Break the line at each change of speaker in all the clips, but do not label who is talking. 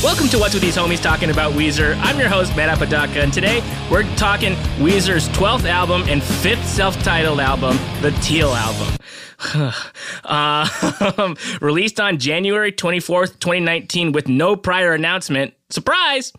Welcome to What's With These Homies talking about Weezer. I'm your host, Matt Apodaca, and today we're talking Weezer's 12th album and fifth self titled album, The Teal Album. Uh, released on January 24th, 2019, with no prior announcement. Surprise!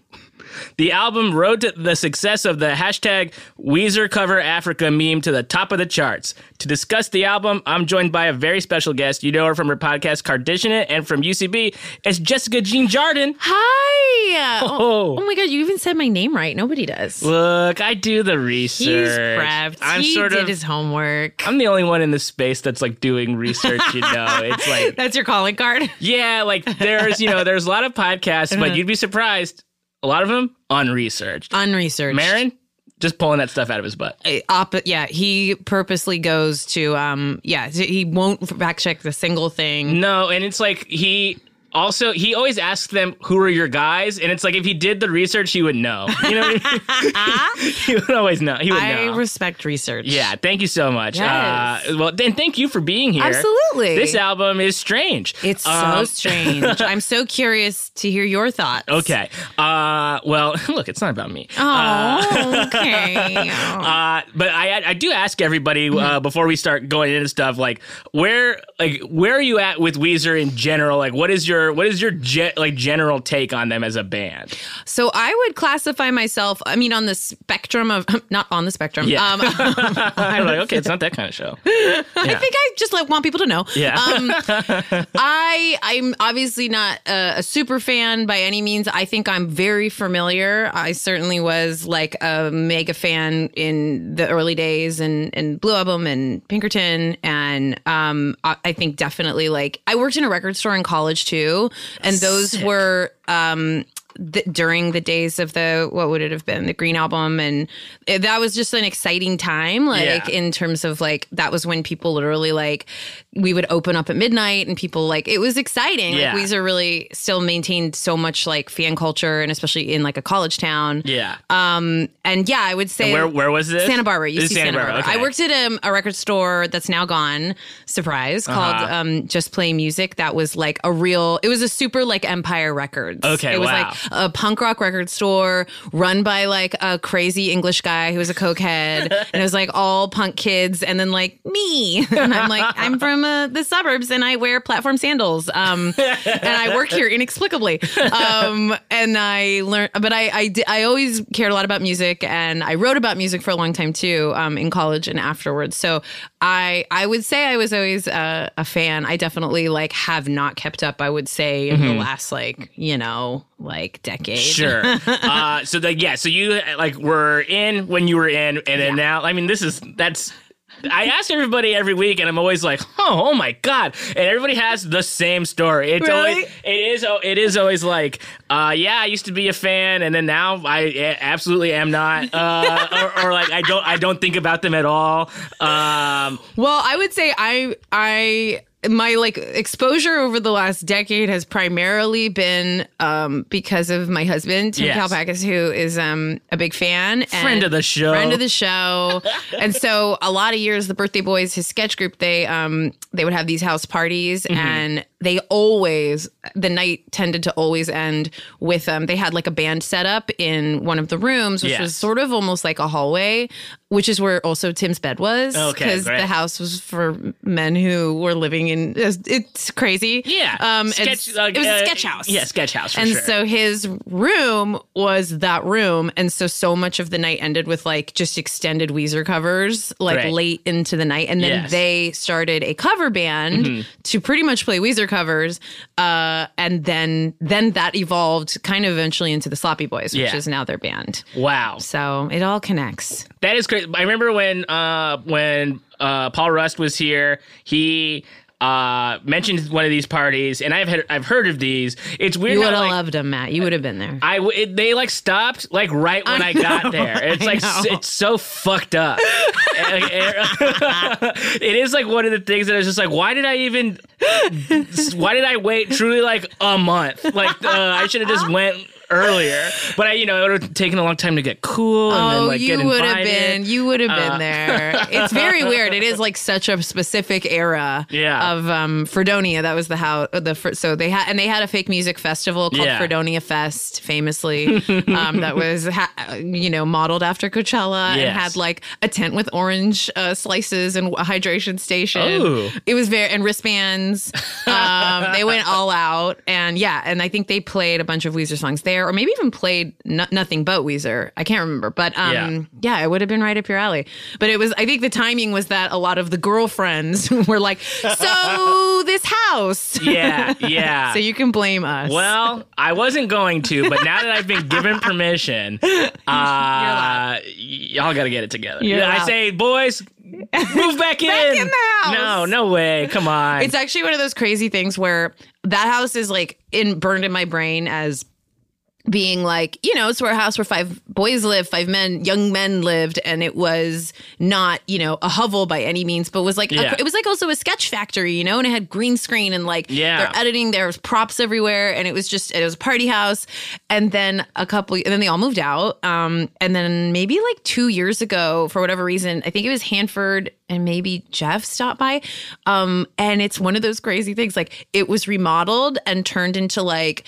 The album rode to the success of the hashtag Weezer Cover Africa meme to the top of the charts. To discuss the album, I'm joined by a very special guest. You know her from her podcast Cardition It and from UCB. It's Jessica Jean Jardin.
Hi.
Oh.
Oh. my god, you even said my name right. Nobody does.
Look, I do the research.
He's prepped.
I'm
he
sort
did
of.
his homework.
I'm the only one in this space that's like doing research. You know, it's like
That's your calling card.
Yeah, like there's, you know, there's a lot of podcasts,
Uh-huh.
but you'd be surprised. A lot of them unresearched.
Unresearched.
Marin just pulling that stuff out of his butt.
Uh, Op- yeah, he purposely goes to um yeah, he won't fact check the single thing.
No, and it's like he also he always asks them who are your guys, and it's like if he did the research, he would know. You know, what I mean? he would always know. He would
I
know.
respect research.
yeah, thank you so much.
Yes.
Uh, well, then thank you for being here.
Absolutely.
This album is strange.
It's so
Um,
strange. I'm so curious to hear your thoughts.
Okay. Uh, well, look, it's not about me.
Oh, okay.
Uh, but I I do ask everybody
Mm-hmm.
uh, before we start going into stuff like where like where are you at with Weezer in general? Like what is your what is your ge- like general take on them as a band?
So I would classify myself, I mean, on the spectrum of, not on the spectrum.
Yeah.
Um, I
I'm like okay, it's not that kind of show.
I think I just like want people to know.
Yeah.
Um, I I'm obviously not a, a super fan by any means. I think I'm very familiar. I certainly was like a mega fan in the early days and and Blue Album and Pinkerton and um I, I think definitely like I worked in a record store in college too, and those were um th- during the days of the what would it have been the green album and it- that was just an exciting time like
Yeah.
in terms of like that was when people literally like we would open up at midnight and people like it was exciting
Yeah.
like Weezer really still maintained so much like fan culture and especially in like a college town
Yeah.
and yeah I would say
where where was this?
uh, Santa Barbara.
This
UC
is
Santa, Barbara.
okay.
I worked at um, a record store that's now gone. Surprise!
Uh-huh.
Called um, Just Play Music. That was like a real. It was a super like Empire Records.
Okay,
It was
wow.
like a punk rock record store run by like a crazy English guy who was a cokehead, and it was like all punk kids, and then like me, and I'm like I'm from uh, the suburbs, and I wear platform sandals. Um, and I work here inexplicably. Um, and I learned, but I, I, di- I always cared a lot about music and I wrote about music for a long time too, um, in college and afterwards. So I, I would say I was always uh, a, a fan. I definitely like have not kept up, I would say in the last like, you know, like decade.
Sure. uh, so like yeah, so you uh, like were in when you were in, and then now. I mean, this is that's. I ask everybody every week, and I'm always like, "Oh, oh my god!" And everybody has the same story. It's
Really?
always it is al- it is always like, uh, "Yeah, I used to be a fan, and then now I a- absolutely am not," uh, or, or like, "I don't I don't think about them at all." Um,
Well, I would say I I my like exposure over the last decade has primarily been um because of my husband Tim
Yes.
Kalpakis, who is um a big fan and
Friend of the show.
friend of the show and so a lot of years the birthday boys his sketch group they um they would have these house parties
Mm-hmm.
and they always the night tended to always end with um they had like a band set up in one of the rooms which
Yes.
was sort of almost like a hallway which is where also Tim's bed was
Okay,
because
great.
the house was for men who were living in. It's, it's crazy.
yeah,
Um,
Sketch-
it's,
like,
it was
uh,
a sketch house.
Yeah, sketch house. For
And
sure.
so his room was that room, and so so much of the night ended with like just extended Weezer covers, like
Right.
late into the night, and then
Yes. Mm-hmm.
they started a cover band to pretty much play Weezer covers, uh, and then then that evolved kind of eventually into the Sloppy Boys, which
Yeah.
is now their band.
wow,
So it all connects.
That is crazy. I remember when uh, when uh, Paul Rust was here, he uh, mentioned one of these parties, and I've had, I've heard of these. It's weird.
You
how,
would have
like,
loved him, Matt. You would have been there.
I w- it, they like stopped like right when I,
I
got
know,
there. It's
I
like s-
know.
it's so fucked up. it is like one of the things that I was just like, why did I even? Why did I wait truly like a month? Like uh, I should have just went earlier. But I, you know, it would have taken a long time to get cool and then
Oh,
like get
you would
invited. Uh,
have been. You would have been there. It's very weird. It is like such a specific era
Yeah.
of um, Fredonia. That was the how the fr- so they had and they had a fake music festival called
Yeah.
Fredonia Fest, famously um, that was ha- you know modeled after Coachella
Yes.
and had like a tent with orange uh, slices and a hydration station.
Ooh.
It was very and wristbands. Um, they went all out, and yeah, and I think they played a bunch of Weezer songs there, or maybe even played no- nothing but Weezer. I can't remember, but um, yeah. it would have been right up your alley. But it was, I think, the timing was that a lot of the girlfriends were like, "So this house."
yeah, yeah.
So you can blame us.
Well, I wasn't going to, but now that I've been given permission, uh, y'all got to get it together.
You're
Yeah, I
allowed.
say, boys, move back in.
in the house.
No, no way. Come on.
It's actually one of those crazy things where that house is like in burned in my brain as being like, you know, it's where a house where five boys lived, five men, young men lived, and it was not, you know, a hovel by any means, but was like, a-
Yeah.
it was like also a sketch factory, you know, and it had green screen and like,
Yeah.
they're editing, there was props everywhere, and it was just, it was a party house. And then a couple, and then they all moved out. Um, and then maybe like two years ago, for whatever reason, I think it was Hanford and maybe Jeff stopped by. Um, and it's one of those crazy things, like it was remodeled and turned into like,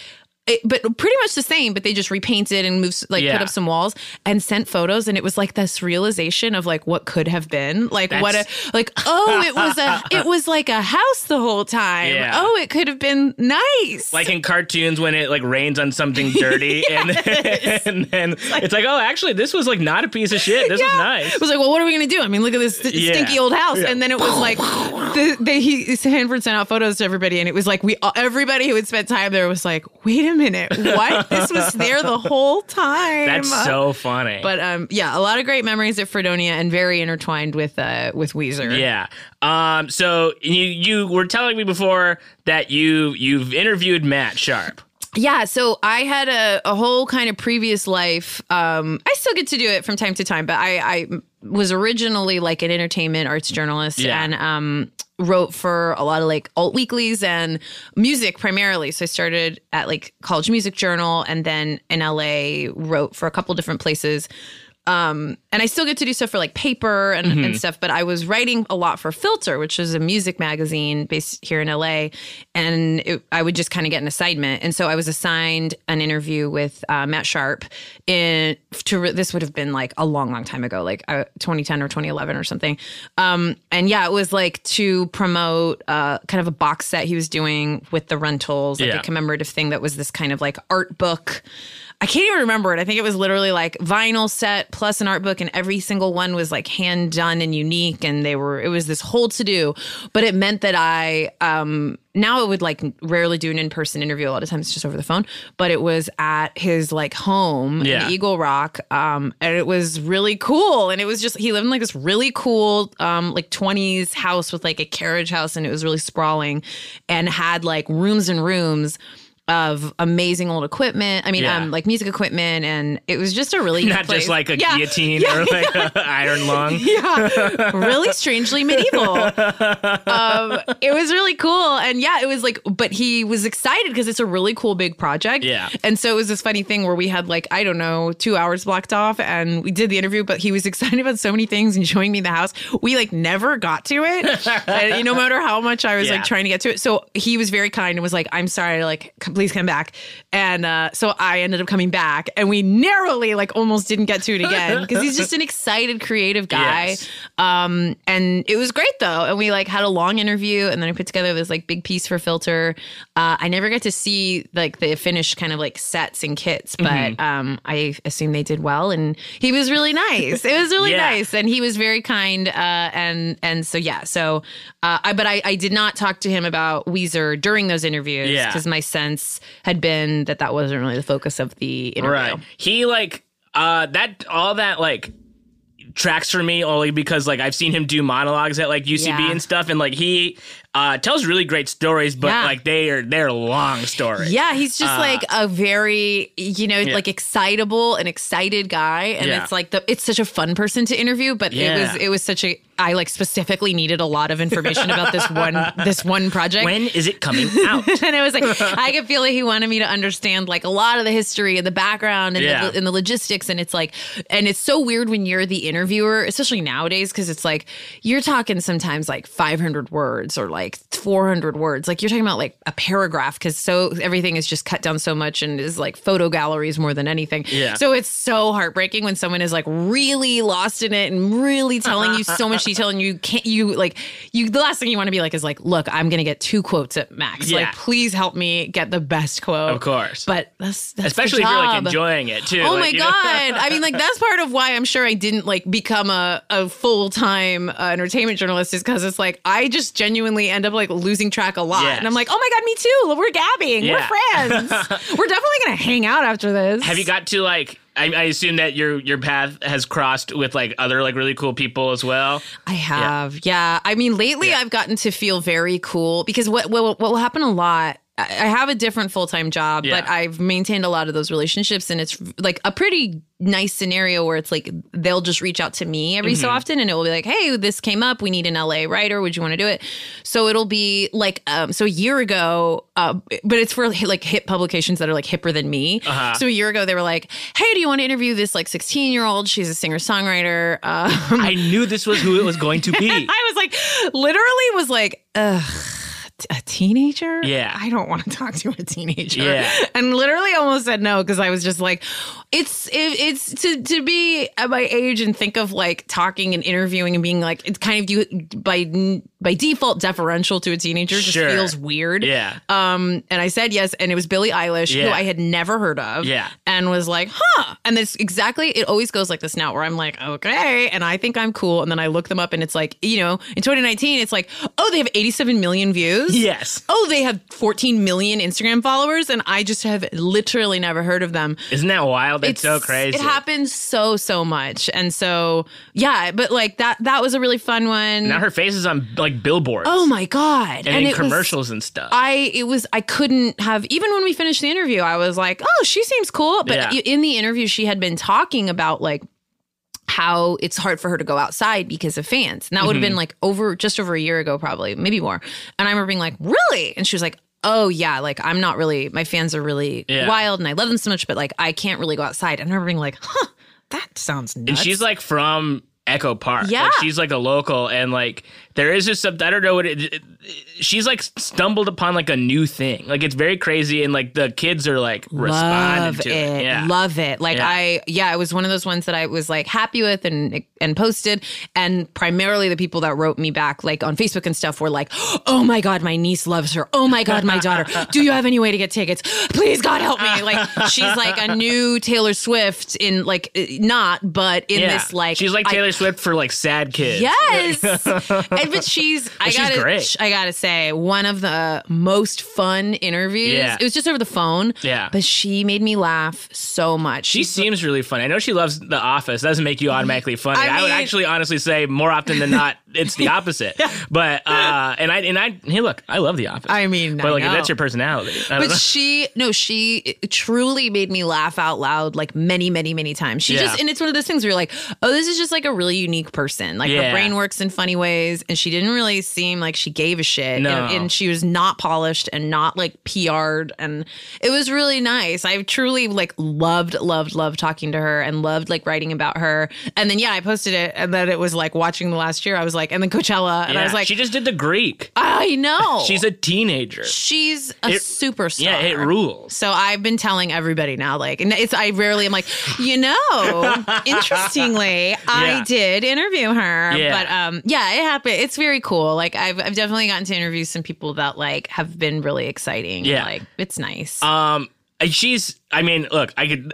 it, but pretty much the same, but they just repainted and moved, like
Yeah.
put up some walls and sent photos. And it was like this realization of like what could have been, like what a,
That's-
like, oh, it was a, it was like a house the whole time.
Yeah.
Oh, it could have been nice.
like in cartoons when it like rains on something dirty and then, and then it's like oh actually this was like not a piece of shit this was nice
It was like, well, what are we going to do? I mean, look at this st-
Yeah.
stinky old house.
Yeah.
And then it was like, the, they, he, Hanford sent out photos to everybody, and it was like, we all- everybody who had spent time there was like, wait a minute, what? this was there the whole time.
that's so funny
But um, yeah, a lot of great memories at Fredonia and very intertwined with uh, with Weezer.
yeah um so you you were telling me before that you you've interviewed matt sharp
Yeah, so I had a, a whole kind of previous life. Um, I still get to do it from time to time, but I, I was originally like an entertainment arts journalist
Yeah.
and um, wrote for a lot of like alt weeklies and music primarily. So I started at like College Music Journal and then in LA wrote for a couple different places. Um, and I still get to do stuff for like paper and, and stuff, but I was writing a lot for Filter, which is a music magazine based here in LA. And it, I would just kind of get an assignment. And so I was assigned an interview with uh, Matt Sharp in to re- this would have been like a long, long time ago, like uh, 2010 or 2011 or something. Um, and yeah, it was like to promote uh, kind of a box set he was doing with the rentals, like
Yeah.
a commemorative thing that was this kind of like art book. I can't even remember it. I think it was literally like vinyl set plus an art book, and every single one was like hand done and unique. And they were, it was this whole to do. But it meant that I, um, now I would like rarely do an in person interview. A lot of times it's just over the phone, but it was at his like home
Yeah.
in Eagle Rock. Um, and it was really cool. And it was just, he lived in like this really cool, um, like 20s house with like a carriage house, and it was really sprawling and had like rooms and rooms of amazing old equipment. I mean,
Yeah.
um, like music equipment, and it was just a really
not
good place.
just like a
yeah,
guillotine or like a iron lung
yeah, really strangely medieval. Um, it was really cool, and yeah, it was like, but he was excited because it's a really cool big project.
Yeah.
and so it was this funny thing where we had like I don't know two hours blocked off, and we did the interview, but he was excited about so many things and showing me the house. We like never got to it, and, you know, no matter how much I was
Yeah.
like trying to get to it. So he was very kind and was like, "I'm sorry, like c- please come back." And uh, so I ended up coming back, and we narrowly like almost didn't get to it again because he's just an excited, creative guy.
Yes.
Um, and it was great though, and we like had a long interview, and then I put together this like big piece for Filter. Uh, I never got to see like the finished kind of like sets and kits, but
Mm-hmm.
um, I assume they did well, and he was really nice. It was really
Yeah.
nice and he was very kind uh, and and so yeah so uh, I but I, I did not talk to him about Weezer during those interviews
Yeah.
because my sense had been that that wasn't really the focus of the interview
Right. He like uh that all that like tracks for me only because like I've seen him do monologues at like UCB
Yeah.
and stuff, and like he uh, tells really great stories, but
Yeah.
like they are they're long stories.
Yeah, he's
Uh,
just like a very, you know, like excitable and excited guy, and
Yeah.
it's like the it's such a fun person to interview. But it
Yeah.
was it was such a I like specifically needed a lot of information about this one this one project.
When is it coming out?
and it was like I could feel like he wanted me to understand like a lot of the history and the background and,
Yeah.
the, and the logistics and it's like and it's so weird when you're the interviewer especially nowadays because it's like you're talking sometimes like 500 words or like 400 words like you're talking about like a paragraph because so everything is just cut down so much and is like photo galleries more than anything
Yeah.
so it's so heartbreaking when someone is like really lost in it and really telling you so much detail and you can't you like you the last thing you want to be like is like look I'm gonna get two quotes at max
Yeah.
like please help me get the best quote.
Of course.
But that's, that's the
Especially if you're like
job.
enjoying it too.
Oh
like,
my
you know?
god! I mean, like that's part of why I'm sure I didn't like become a, a full time uh, entertainment journalist is because it's like I just genuinely end up like losing track a lot,
Yes.
and I'm like, oh my god, me too. We're gabbing,
Yeah.
we're friends. we're definitely gonna hang out after this.
Have you got to like? I, I assume that your your path has crossed with like other like really cool people as well.
I have. Yeah. I mean, lately I've gotten to feel very cool because what what, what will happen a lot. I I have a different full time job,
Yeah.
but I've maintained a lot of those relationships, and it's like a pretty nice scenario where it's like they'll just reach out to me every
Mm-hmm.
so often, and it will be like, "Hey, this came up. We need an LA writer. Would you want to do it?" So it'll be like, um, so a year ago, uh, but it's for like hip publications that are like hipper than me.
Uh-huh.
So a year ago, they were like, "Hey, do you want to interview this like sixteen year old? She's a singer songwriter." Um,
I knew this was who it was going to be.
I was like, literally was like, ugh. t- A teenager?
Yeah.
I don't want to talk to a teenager.
Yeah.
And literally almost said no because I was just like, it's it, it's to to be at my age and think of like talking and interviewing and being like it's kind of you by by default deferential to a teenager just
Sure.
feels weird.
yeah.
Um, and I said yes, and it was Billie Eilish, who
Yeah.
I had never heard of.
Yeah.
And was like, huh. And this exactly, it always goes like this now where I'm like, okay. And I think I'm cool. And then I look them up and it's like, you know, in 2019, it's like, oh, they have 87 million views.
yes.
Oh, they have 14 million Instagram followers. And I just have literally never heard of them.
Isn't that wild? That's so
It's-
crazy.
It happens so, so much. And so, yeah, but like that, that was a really fun one.
Now her face is on like billboards
oh my God.
and, in
it was-
commercials and stuff.
I it was I couldn't have even when we finished the interview I was like oh she seems cool but
Yeah.
in the interview she had been talking about like how it's hard for her to go outside because of fans and that would have
Mm-hmm.
been like over just over a year ago probably maybe more and I remember being like really and she was like oh yeah like I'm not really my fans are really
Yeah.
wild and I love them so much but like I can't really go outside and I remember being like huh that sounds nuts
and she's like from Echo Park.
Yeah.
Like, she's like a local and like there is just something I don't know what it, it- she's like stumbled upon like a new thing. Like it's very crazy and like the kids are like responding
love
to
it,
it. Yeah.
love it like
Yeah.
i yeah it was one of those ones that i was like happy with and and posted and primarily the people that wrote me back like on facebook and stuff were like oh my god my niece loves her oh my god my daughter do you have any way to get tickets please god help me like she's like a new taylor swift in like eh, not but in
yeah.
this like
she's like
I-
Taylor Swift for like sad kids.
Yes, and, but she's I
she's
gotta
great.
sh- I gotta say one of the most fun interviews.
Yeah.
It was just over the phone.
Yeah.
but she made me laugh so much.
She seems really funny. I know she loves The Office. That doesn't make you automatically funny. I,
I
would
mean-
actually honestly say more often than not, it's the opposite. But uh, and I and I hey look, I love The Office.
I mean,
but
I
like if
know.
that's your personality. I don't
but she no she truly made me laugh out loud like many many many times she
Yeah.
just and it's one of those things where you're like oh this is just like a really unique person like
Yeah.
her brain works in funny ways and she didn't really seem like she gave a shit
No.
and, and she was not polished and not like pr'd and it was really nice i truly like loved loved loved talking to her and loved like writing about her and then yeah i posted it and then it was like watching the last year i was like and then coachella and
Yeah,
i was like Oh.
she just did the Greek.
i know
She's a teenager.
She's a
It-
superstar.
Yeah, it rules.
So I've been telling everybody now, like, and it's I rarely am like, you know, interestingly,
Yeah.
I did interview her,
Yeah.
but um, yeah, it happened. It's very cool. Like I've I've definitely gotten to interview some people that like have been really exciting.
Yeah.
like it's nice.
Um, And she's, I mean, look, I could.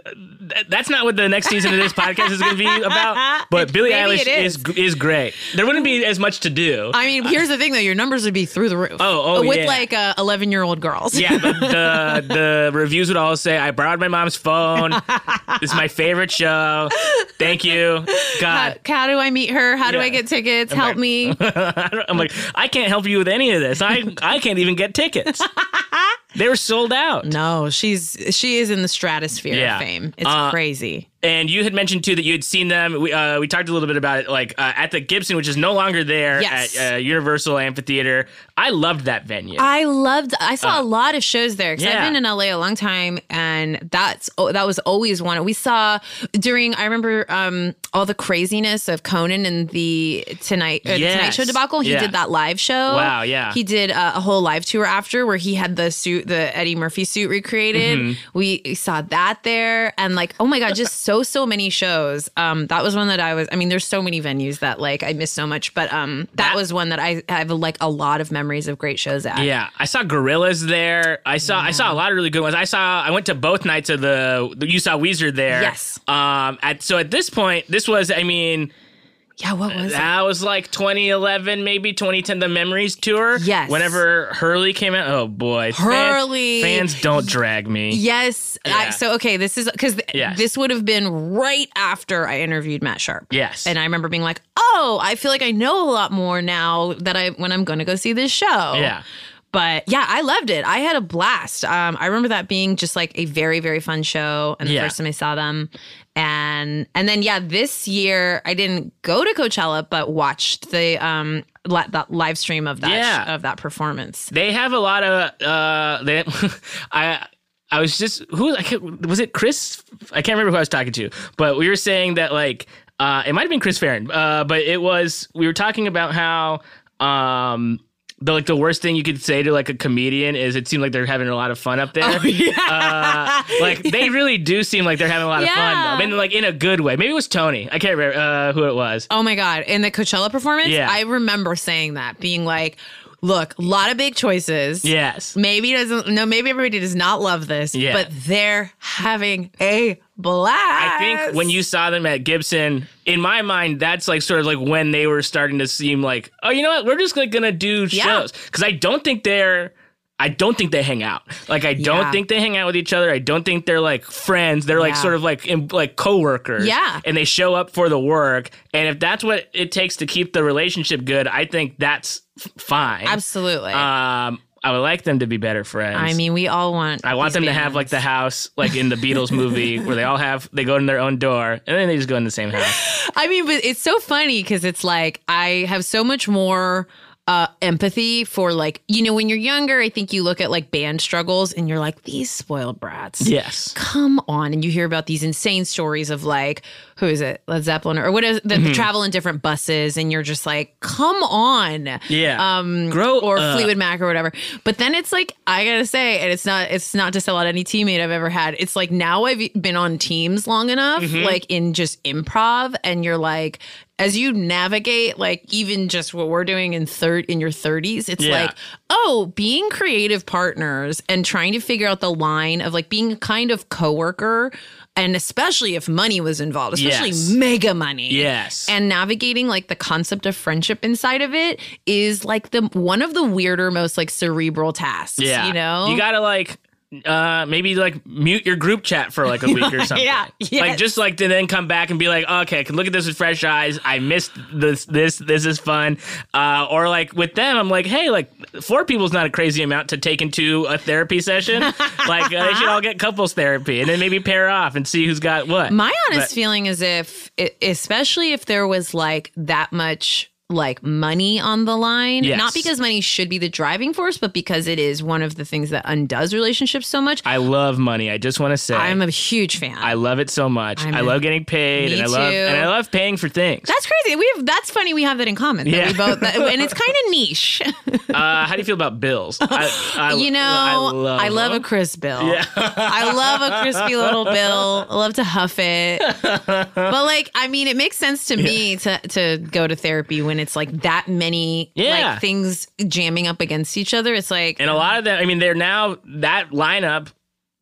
th- That's not what the next season of this podcast is going to be about. But Billie
Maybe
Eilish
it is.
is. is great. There wouldn't be as much to do.
I mean, here's the thing though, your numbers would be through the roof.
Oh, oh,
with
yeah.
like uh, 11 year old girls.
yeah, but the the reviews would all say, "I borrowed my mom's phone. It's my favorite show. Thank you,
How,
God."
how do I meet her? How do
Yeah.
I get tickets? Help me.
I don't- I'm like, I can't help you with any of this. I I can't even get tickets. they were sold out.
No, she's she is in the stratosphere
Yeah.
of fame. It's
Uh,
crazy.
And you had mentioned too that you had seen them. We uh, we talked a little bit about it, like uh, at the Gibson, which is no longer there
Yes.
at uh, Universal Amphitheater. I loved that venue.
I loved. I saw a lot of shows there because
Uh, yeah.
I've been in LA a long time, and that's oh, that was always one. We saw during. I remember um, all the craziness of Conan and the Tonight or the Tonight
Yes.
Show debacle. He
Yeah.
did that live show.
Wow, yeah.
He did uh, a whole live tour after where he had the suit, the Eddie Murphy suit recreated.
Mm-hmm.
We saw that there, and like, oh my god, just so so many shows. Um, that was one that I was. I mean, there's so many venues that like I missed so much, but um, that,
That-
was one that I have like a lot of memories of great shows at.
yeah, I saw Gorillas there. I saw I saw a lot of really good ones. I saw I went to both nights of the you saw Weezer there.
Yes.
Um. At so at this point, this was I mean
Yeah, what was that?
Uh, that was like 2011 maybe 2010 the Memories tour.
Yes.
Whenever Hurley came out, oh boy, Fans-
Hurley.
fans, don't drag me.
Yes.
Yeah.
I, so okay, this is because
Yes.
this would have been right after I interviewed Matt Sharp.
Yes.
And I remember being like, "Oh, I feel like I know a lot more now that I when I'm going to go see this show."
Yeah.
But yeah, I loved it. I had a blast. Um, I remember that being just like a very very fun show, and the
Yeah.
first time I saw them, and and then yeah, this year I didn't go to Coachella, but watched the um li- that live stream of that
Yeah.
of that performance.
They have a lot of uh they I I was just who I can't, was it Chris I can't remember who I was talking to, but we were saying that like uh it might have been Chris Farron, uh but it was we were talking about how um the like the worst thing you could say to like a comedian is it seemed like they're having a lot of fun up there.
Oh,
Uh, like they really do seem like they're having a lot of
Yeah.
fun. though. I mean, like in a good way. Maybe it was Tony. I can't remember uh, who it was.
Oh my God. In the Coachella performance,
Yeah.
I remember saying that, being like, look, a lot of big choices.
Yes.
Maybe doesn't no, maybe everybody does not love this,
Yeah.
but they're having a blast.
I think when you saw them at Gibson, in my mind, that's like sort of like when they were starting to seem like, oh, you know what? We're just like gonna do
Yeah.
shows because I don't think they're. I don't think they hang out. Like I don't
Yeah.
think they hang out with each other. I don't think they're like friends. They're like
Yeah.
sort of like em- like coworkers.
Yeah.
And they show up for the work. And if that's what it takes to keep the relationship good, I think that's f- fine.
Absolutely.
Um, I would like them to be better friends.
I mean, we all want
I want
these
them to
bands.
have like the house, like in the Beatles movie, where they all have they go in their own door and then they just go in the same house.
I mean, but it's so funny because it's like I have so much more uh, empathy for like you know when you're younger. I think you look at like band struggles and you're like these spoiled brats.
Yes.
Come on, and you hear about these insane stories of like who is it Led Zeppelin or what is
Mm-hmm.
that they travel in different buses, and you're just like, come on,
Yeah.
um,
Grow
or
up.
Fleetwood Mac or whatever. But then it's like I gotta say, and it's not it's not to sell out any teammate I've ever had. It's like now I've been on teams long enough,
Mm-hmm.
like in just improv, and you're like, as you navigate, like even just what we're doing in third in your thirties, it's
Yeah.
like, oh, being creative partners and trying to figure out the line of like being a kind of coworker. And especially if money was involved, especially
Yes.
mega money
yes.
and navigating like the concept of friendship inside of it is like the one of the weirder most like cerebral tasks
yeah.
you know
you gotta like uh maybe like mute your group chat for like a week or something.
Yeah,
Like
yes.
just like to then come back and be like, okay, I can look at this with fresh eyes. I missed this. This this is fun. Uh, or like with them, I'm like, hey, like four people's not a crazy amount to take into a therapy session. like uh, they should all get couples therapy and then maybe pair off and see who's got what.
my honest feeling is if i- especially if there was like that much like money on the line
Yes.
not because money should be the driving force but because it is one of the things that undoes relationships so much
I love money. I just want to say
i'm a huge fan
I love it so much. i
a-
love getting paid,
Me
and I love
too.
and I love paying for things.
that's crazy. We have that's funny. We have that in common. that
Yeah.
we both, that- and it's kind of niche.
Uh, how do you feel about bills? I, I-
you know, I love, a
them.
crisp bill. I love a crispy little bill. I love to huff it. But like, I mean, it makes sense to me to to go to therapy when it's like that many
Yeah.
like things jamming up against each other. It's like
and a lot of them. I mean, they're now that lineup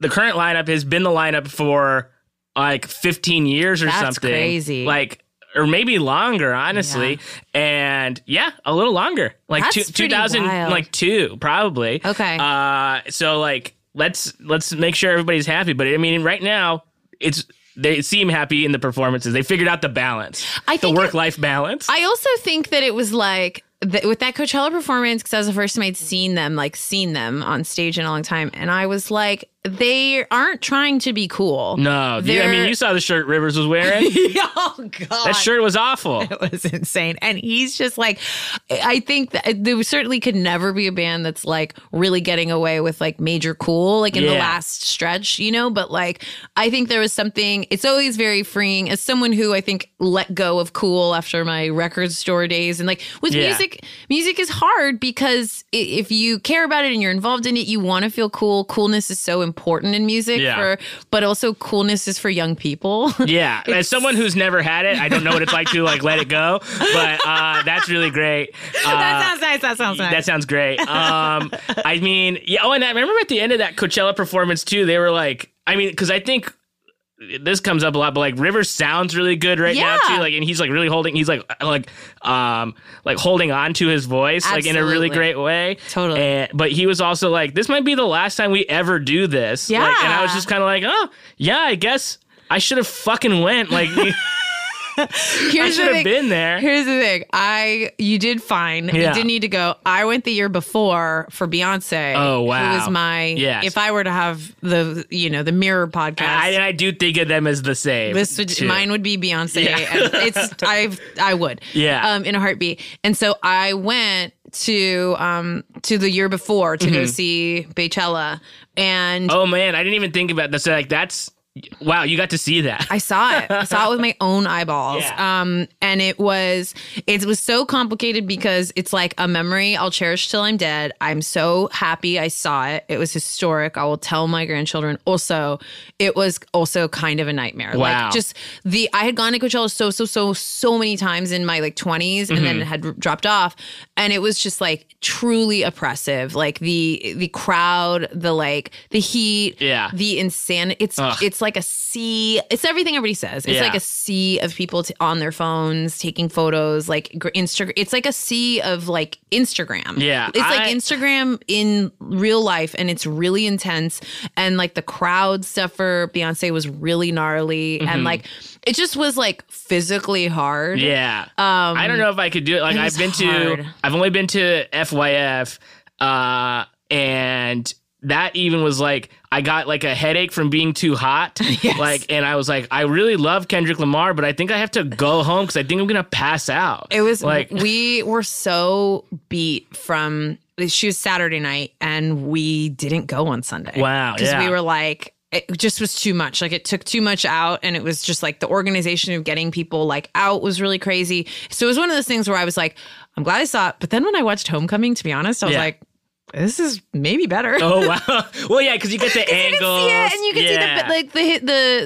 the current lineup has been the lineup for like 15 years or
That's
something.
crazy.
Like, or maybe longer, honestly. And yeah, a little longer. Like
That's
two,
pretty
2000,
wild.
like two, probably.
Okay.
Uh, so like, let's let's make sure everybody's happy. But I mean, right now, it's they seem happy in the performances. They figured out the balance,
I
the
think it-
work life balance.
I also think that it was like th- with that Coachella performance because that was the first time I'd seen them, like seen them on stage in a long time, and I was like, they aren't trying to be cool.
no, you- I
They're-
mean, you saw the shirt Rivers was wearing.
oh God,
that shirt was awful.
It was insane. And he's just like, I think that there certainly could never be a band that's like really getting away with like major cool, like in the
Yeah.
last stretch, you know? But like, I think there was something, it's always very freeing as someone who I think let go of cool after my record store days. And like with
Yeah.
music, music is hard because i- if you care about it and you're involved in it, you want to feel cool. Coolness is so important in music,
Yeah.
for, but also coolness is for young people.
Yeah, as someone who's never had it, I don't know what it's like to like let it go, but uh, that's really great.
that
Uh,
sounds nice. That sounds nice.
that sounds great. Um, I mean, yeah. Oh, and I remember at the end of that Coachella performance too. They were like, I mean, because I think this comes up a lot, but like Rivers sounds really good right now
Yeah.
too. Like, and he's like really holding. He's like like um like holding on to his voice like in a really
Absolutely.
great way.
Totally.
And, but he was also like, this might be the last time we ever do this. Like, and I was
Yeah.
just kind of like, oh yeah, I guess. I should have fucking went. Like, I
Here's the
should have
thing.
been there.
Here's the thing. I you did fine.
Yeah.
You didn't need to go. I went the year before for Beyonce.
Oh, wow.
Who was my
Yes.
if I were to have the you know, the mirror podcast.
I, and I do think of them as the same.
this would
too.
mine would be Beyonce.
Yeah.
And it's I've I would.
Yeah.
Um in a heartbeat. And so I went to um to the year before to
Mm-hmm.
go see Beychella and
Oh man, I didn't even think about this. Like that's wow, you got to see that.
I saw it. I saw it with my own eyeballs.
Yeah.
Um, and it was it was so complicated because it's like a memory I'll cherish till I'm dead. I'm so happy I saw it. It was historic. I will tell my grandchildren. Also, it was also kind of a nightmare.
Wow.
Like just the I had gone to Coachella so so so so many times in my like 20s and
Mm-hmm.
then it had r- dropped off and it was just like truly oppressive. Like the the crowd, the like the heat,
Yeah.
the insane it's
Ugh.
it's like a sea it's everything everybody says it's
Yeah.
like a sea of people t- on their phones taking photos like gr- instagram it's like a sea of like instagram
Yeah,
it's
I-
like instagram in real life and it's really intense and like the crowd stuff for beyonce was really gnarly
Mm-hmm.
and like it just was like physically hard
Yeah.
um
I don't know if I could do it. Like
it
I've
was
been
hard.
to I've only been to FYF uh and that even was like I got like a headache from being too hot.
Yes.
Like and I was like I really love Kendrick Lamar, but I think I have to go home cuz I think I'm going to pass out.
It was
like
like we were so beat from she was Saturday night and we didn't go on Sunday.
Wow,
Because
yeah.
we were like it just was too much. Like it took too much out and it was just like the organization of getting people like out was really crazy. So it was one of those things where I was like, I'm glad I saw it. But then when I watched Homecoming, to be honest, I was
Yeah.
like, this is maybe better.
Oh wow. well yeah, cuz you get the
You
angle.
can see it and you can see the like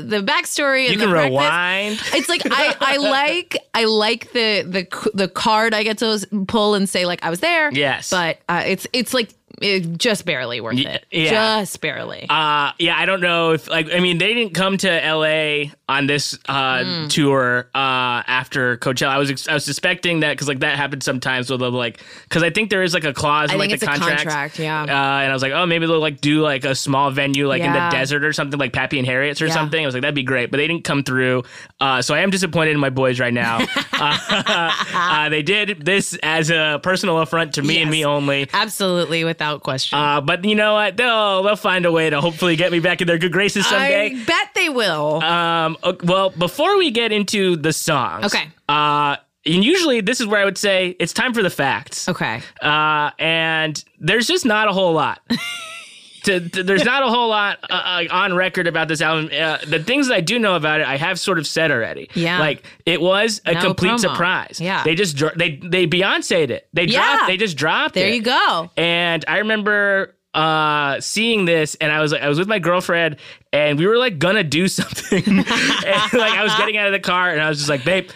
the the the backstory and
you
the
can
breakfast.
rewind.
It's like I, I like I like the the the card I get to s- pull and say like I was there.
Yes.
but uh, it's it's like it, just barely worth
Y-
it.
yeah.
Just barely.
Uh, yeah, I don't know if like I mean they didn't come to L.A. on this uh,
Hmm.
tour uh, after Coachella. I was ex- I was suspecting that because like that happens sometimes with the, like because I think there is like a clause in
I
like
think
the
it's a
contract.
contract, yeah.
Uh, and I was like, oh, maybe they'll like do like a small venue like in
Yeah.
the desert or something like Pappy and Harriet's or
Yeah.
something. I was like, that'd be great, but they didn't come through. Uh, so I am disappointed in my boys right now. uh, uh, they did this as a personal affront to me and
Yes.
me only.
Absolutely, without question.
Uh, but you know what? They'll they'll find a way to hopefully get me back in their good graces someday.
I bet they will.
Um, o- well, before we get into the songs,
Okay.
Uh, and usually this is where I would say it's time for the facts.
okay.
Uh, and there's just not a whole lot. to, to- there's not a whole lot uh, uh, on record about this album. Uh, the things that I do know about it, I have sort of said already.
Yeah.
like it was a
No
complete
promo.
surprise.
Yeah.
they just dro- they they Beyonce'd it. They
Yeah.
dropped. They just dropped.
There
it.
you go.
And I remember uh seeing this and I was like I was with my girlfriend and we were like gonna do something. and, like I was getting out of the car and I was just like, babe,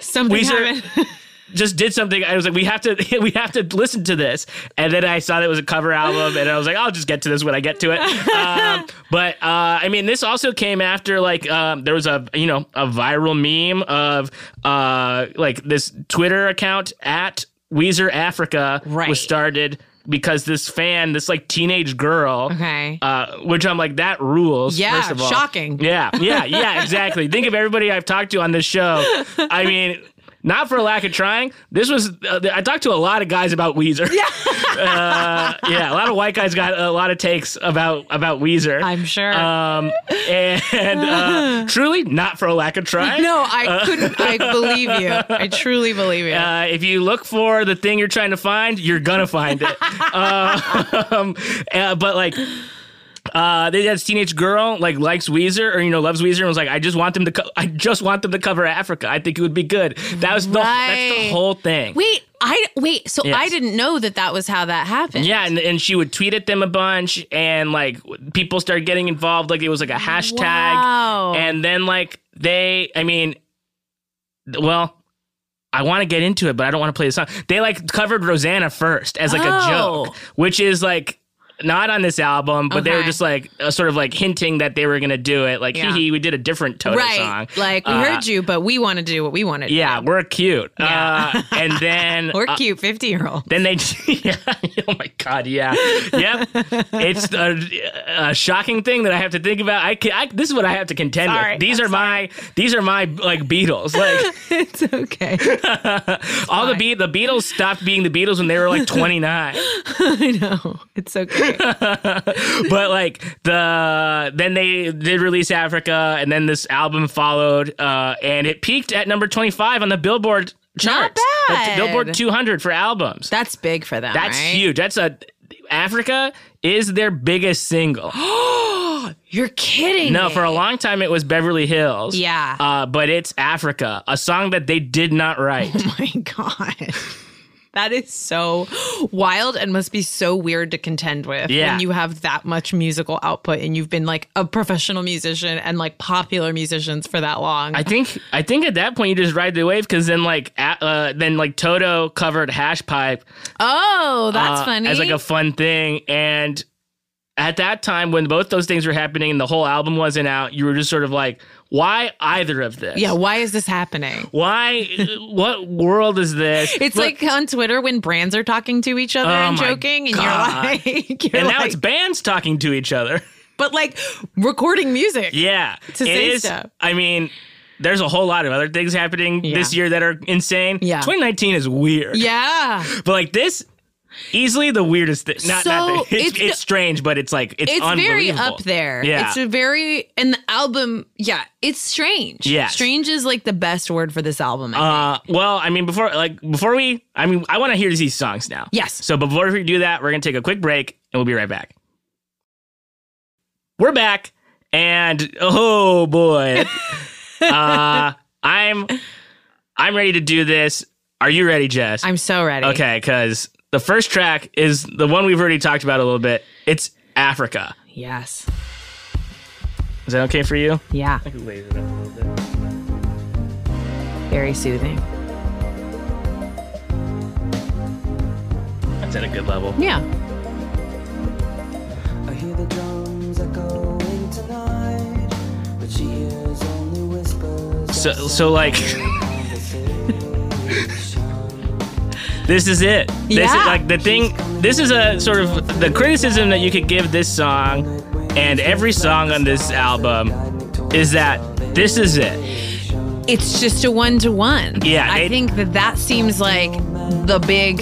Something
Weezer
happened.
just did something. I was like, we have to, we have to listen to this. And then I saw that it was a cover album, and I was like, I'll just get to this when I get to it. Um, but uh, I mean, this also came after like um, there was a you know a viral meme of uh, like this Twitter account at Weezer Africa
Right.
was started because this fan, this like teenage girl,
Okay.
uh, which I'm like that rules.
Yeah,
first of all.
shocking.
Yeah, yeah, yeah, exactly. Think of everybody I've talked to on this show. I mean, not for lack of trying. This was uh, I talked to a lot of guys about Weezer. Yeah, uh, yeah. A lot of white guys got a lot of takes about about Weezer.
I'm sure.
Um, and uh, truly, not for a lack of trying.
no, I couldn't. I believe you. I truly believe you.
Uh, if you look for the thing you're trying to find, you're gonna find it. um, uh, but like. Uh, they had this teenage girl like likes Weezer or you know loves Weezer and was like, I just want them to, co- I just want them to cover Africa. I think it would be good. That was the that's the
Right.
whole thing.
wait, I wait. So I
Yes.
didn't know that that was how that happened.
yeah, and, and she would tweet at them a bunch, and like people started getting involved. Like it was like a hashtag,
Wow.
and then like they, I mean, well, I want to get into it, but I don't want to play the song. They like covered Rosanna first as like a
Oh.
joke, which is like not on this album, but they were
Okay.
just like uh, sort of like hinting that they were gonna do it. Like,
Yeah.
hee hee, we did a different Toto
right.
song.
Like we
Uh,
heard you, but we want to do what we want to do.
Yeah, Uh, we're cute.
Yeah.
Uh, and then
We're cute, fifty year old.
then they, yeah, oh my god, yeah, yep. It's a, a shocking thing that I have to think about. I, can, I this is what I have to contend
Sorry,
with. These
I'm
are my these are my like Beatles. Like
it's okay.
all the Be- the Beatles stopped being the Beatles when they were like twenty nine.
I know. It's okay.
but like the then they did release Africa, and then this album followed, uh, and it peaked at number twenty five on the Billboard charts. The
bad.
Billboard two hundred for albums.
That's big for them.
That's
right?
huge. That's a Africa is their biggest single.
You're kidding.
No,
me.
for a long time it was Beverly Hills.
Yeah.
Uh, but it's Africa, a song that they did not write.
Oh my god. That is so wild and must be so weird to contend with
Yeah.
when you have that much musical output and you've been like a professional musician and like popular musicians for that long.
I think I think at that point you just ride the wave because then like a- uh, then like Toto covered Hash Pipe
oh, that's
uh,
funny.
as like a fun thing and. At that time, when both those things were happening and the whole album wasn't out, you were just sort of like, "Why either of this?
yeah, why is this happening?
Why? what world is this?"
It's
Look,
like on Twitter when brands are talking to each other and
Oh my
joking, and
God.
you're like, you're
and now
like-
it's bands talking to each other.
but like recording music.
Yeah.
To
it
say
is-
stuff.
I mean, there's a whole lot of other things happening
Yeah.
this year that are insane.
Yeah.
2019 is weird.
Yeah.
But like this, easily the weirdest thing. Not,
So,
not the, it's,
it's
it's,
the-
strange, but it's like, it's,
it's very
unbelievable.
up there.
Yeah.
It's a very and the album, yeah, it's strange.
Yes.
Strange is like the best word for this album. I
Uh, well, I mean, before like before we, I mean, I want to hear these songs now.
Yes.
So before we do that, we're gonna take a quick break, and we'll be right back. We're back, and oh boy, uh, I'm I'm ready to do this. Are you ready, Jess?
think. I'm so ready.
okay, because the first track is the one we've already talked about a little bit. It's Africa.
Yes.
Is that okay for you?
Yeah.
I can laser it up a little bit.
Very soothing.
That's at a good level.
Yeah.
I hear the drums echoing tonight, but she hears only whispers.
So so like. This is it. This
Yeah.
is like the thing. This is a sort of the criticism that you could give this song and every song on this album is that this is it.
It's just a one to one.
Yeah,
I
it-
think that that seems like the big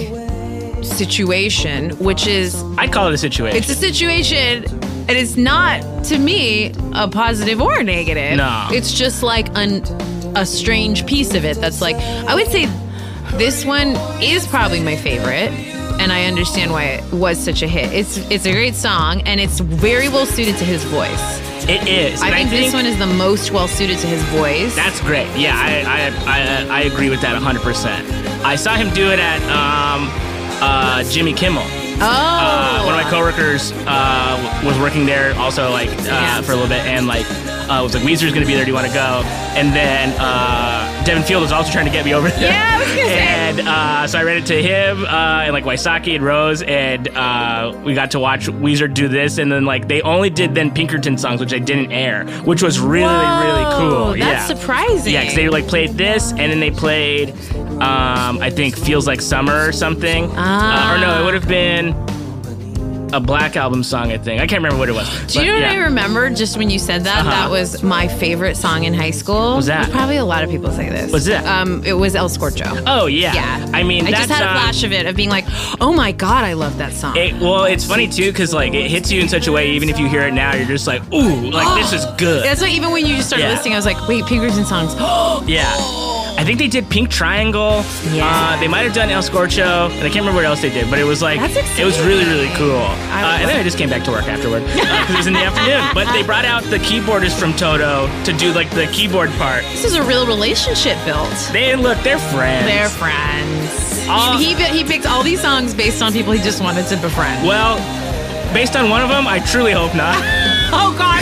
situation, which is
I call it a situation.
it's a situation and it's not to me a positive or a negative.
No.
It's just like an a strange piece of it that's like I would say this one is probably my favorite and I understand why it was such a hit. It's it's a great song and it's very well suited to his voice.
it is.
I
And
think, this one is the most well suited to his voice.
That's great. Yeah, I I, I I agree with that 100. percent I saw him do it at um, uh, Jimmy Kimmel.
oh,
Uh, one of my coworkers uh, w- was working there also, like uh, for a little bit, and like uh, was like, "Weezer's gonna be there. Do you want to go?" And then uh, Devin Field was also trying to get me over there.
Yeah, I was gonna say.
And uh, so I read it to him uh, and like Waisaki and Rose, and uh, we got to watch Weezer do this, and then like they only did then Pinkerton songs, which they didn't air, which was really really cool.
Whoa, That's
yeah.
surprising.
Yeah, 'cause they like played this, and then they played, um, I think, "Feels Like Summer" or something.
Ah.
Uh, or no, it would have been a Black Album song, I think. I can't remember what it was.
Do you
but,
know what
yeah.
I remember just when you said that?
Uh-huh.
That was my favorite song in high school.
was that?
Probably a lot of people say this.
What's that?
Um, it was El Scorcho.
Oh yeah.
Yeah.
I mean,
I
that
just had a
song-
flash of it of being like, oh my God, I love that song.
It, well, it's funny too because like it hits you in such a way. Even if you hear it now, you're just like, ooh, like this is good.
That's why even when you just started
Yeah.
listening, I was like, wait, Pinkerton songs.
Yeah. I think they did Pink Triangle.
Oh. Yeah.
Uh, they might have done El Scorcho, and I can't remember what else they did, but it was like
That's
it was really really
exciting.
cool.
I
Uh, and then I just came back to work afterward because it was in the afternoon. But they brought out the keyboardist from Toto to do like the keyboard part.
this is a real relationship built.
They look, they're friends.
They're friends.
All-
he, he he picked all these songs based on people he just wanted to befriend.
well, based on one of them, I truly hope not.
Oh God,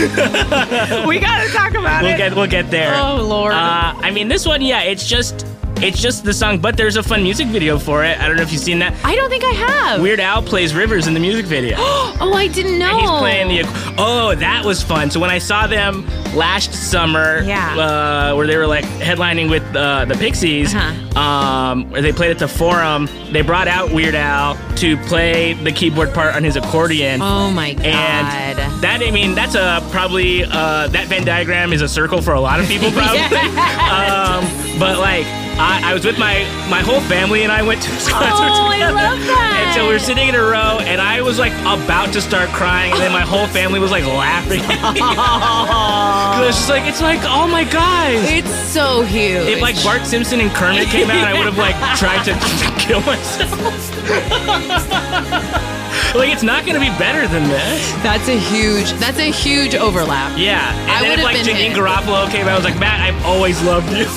we gotta talk about
we'll
it.
get we'll get there.
Oh, Lord.
Uh, I mean, this one, yeah, it's just it's just the song, but there's a fun music video for it. I don't know if you've seen that.
I don't think I have.
Weird Al plays Rivers in the music video.
oh, I didn't know.
And he's playing the. Oh, that was fun. So when I saw them last summer,
Yeah.
uh, where they were like headlining with uh, the Pixies,
Uh-huh.
um, where they played at the Forum, they brought out Weird Al to play the keyboard part on his accordion.
Oh my God.
And that, I mean, that's a probably uh, that Venn diagram is a circle for a lot of people, probably. um, but like, I, I was with my my whole family and I went to this concert
Oh, I
together.
love that.
And so we were sitting in a row, and I was like about to start crying, and then my whole family was like laughing. At me. 'Cause it's just like it's like oh my god.
it's so huge.
If like Bart Simpson and Kermit came out, I would have like tried to kill myself. like it's not gonna be better than this.
that's a huge. That's a huge overlap.
Yeah, and
I
then
would've
if like
been
Janine
hit.
Garofalo came, out, I was like, Matt, I've always loved you.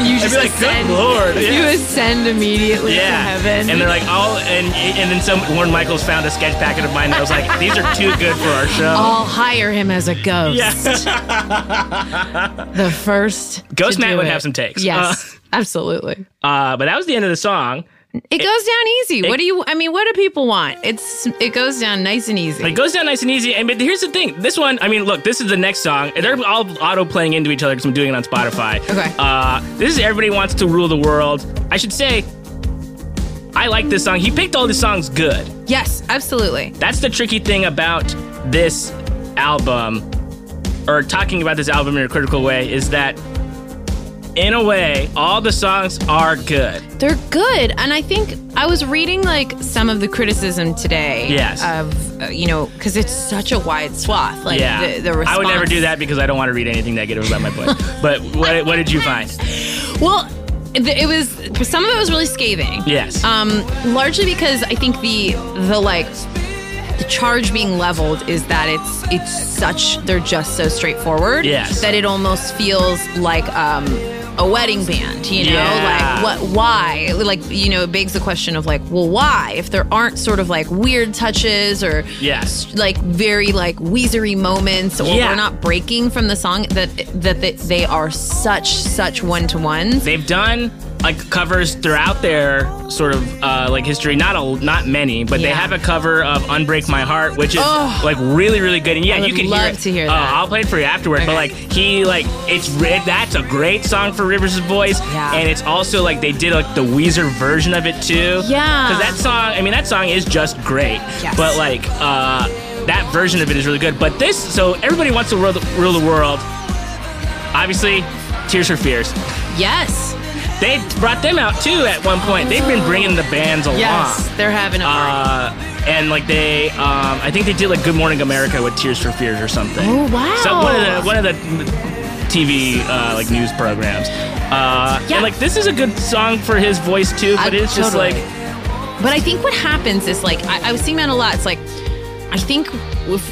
You
I'd
just
be like,
ascend.
good lord,
You
yeah.
ascend immediately to
Yeah.
heaven.
and they're like, all and and then some Warren Michaels found a sketch packet of mine that was like, these are too good for our show.
I'll hire him as a ghost.
Yeah.
The first
Ghost
to
Matt
do
would
it.
have some takes.
Yes, absolutely.
Uh, but that was the end of the song.
It goes down easy. what do you? I mean, what do people want? It's it goes down nice and easy.
It goes down nice and easy. And but here's the thing: this one, I mean, look, this is the next song. and They're all auto playing into each other because I'm doing it on Spotify.
Okay.
Uh, this is everybody wants to rule the world. I should say, I like this song. He picked all the songs good.
yes, absolutely.
That's the tricky thing about this album, or talking about this album in a critical way, is that in a way, all the songs are good.
They're good, and I think I was reading like some of the criticism today.
Yes.
Of uh, you know, because it's such a wide swath. Like
yeah.
the, the response.
I would never do that because I don't want to read anything negative about my book. but what, what did you find?
Well, th- it was some of it was really scathing.
Yes.
Um, largely because I think the the like the charge being leveled is that it's it's such they're just so straightforward
Yes.
that it almost feels like um a wedding band, you know,
Yeah.
like what why? Like, you know, it begs the question of like, well, why? If there aren't sort of like weird touches or
Yes.
like very like weezery moments or
Yeah.
we're not breaking from the song that that they, they are such such one to ones.
They've done like covers throughout their sort of uh, like history. Not a not many, but they
Yeah.
have a cover of "Unbreak My Heart," which is
Oh.
like really really good. And yeah,
I would
you can
love
hear it.
to hear
Uh,
that.
I'll play it for you afterward. But
Okay.
like he like it's re- that's a great song for Rivers' voice,
Yeah.
and it's also like they did like the Weezer version of it too.
Yeah.
because that song. I mean, that song is just great.
Yes.
But like uh, that version of it is really good. But this, so everybody wants to rule the, rule the world. Obviously, Tears for Fears.
Yes.
They brought them out too at one point. They've been bringing the bands along.
Yes, they're having a party.
Uh, and like they, um, I think they did like Good Morning America with Tears for Fears or something.
Oh, wow.
So one of the one of the TV uh, like news programs. Uh,
Yeah.
And like this is a good song for his voice too, but
I-
it's just
totally.
like
but I think what happens is like I, I was seeing that a lot. It's like I think with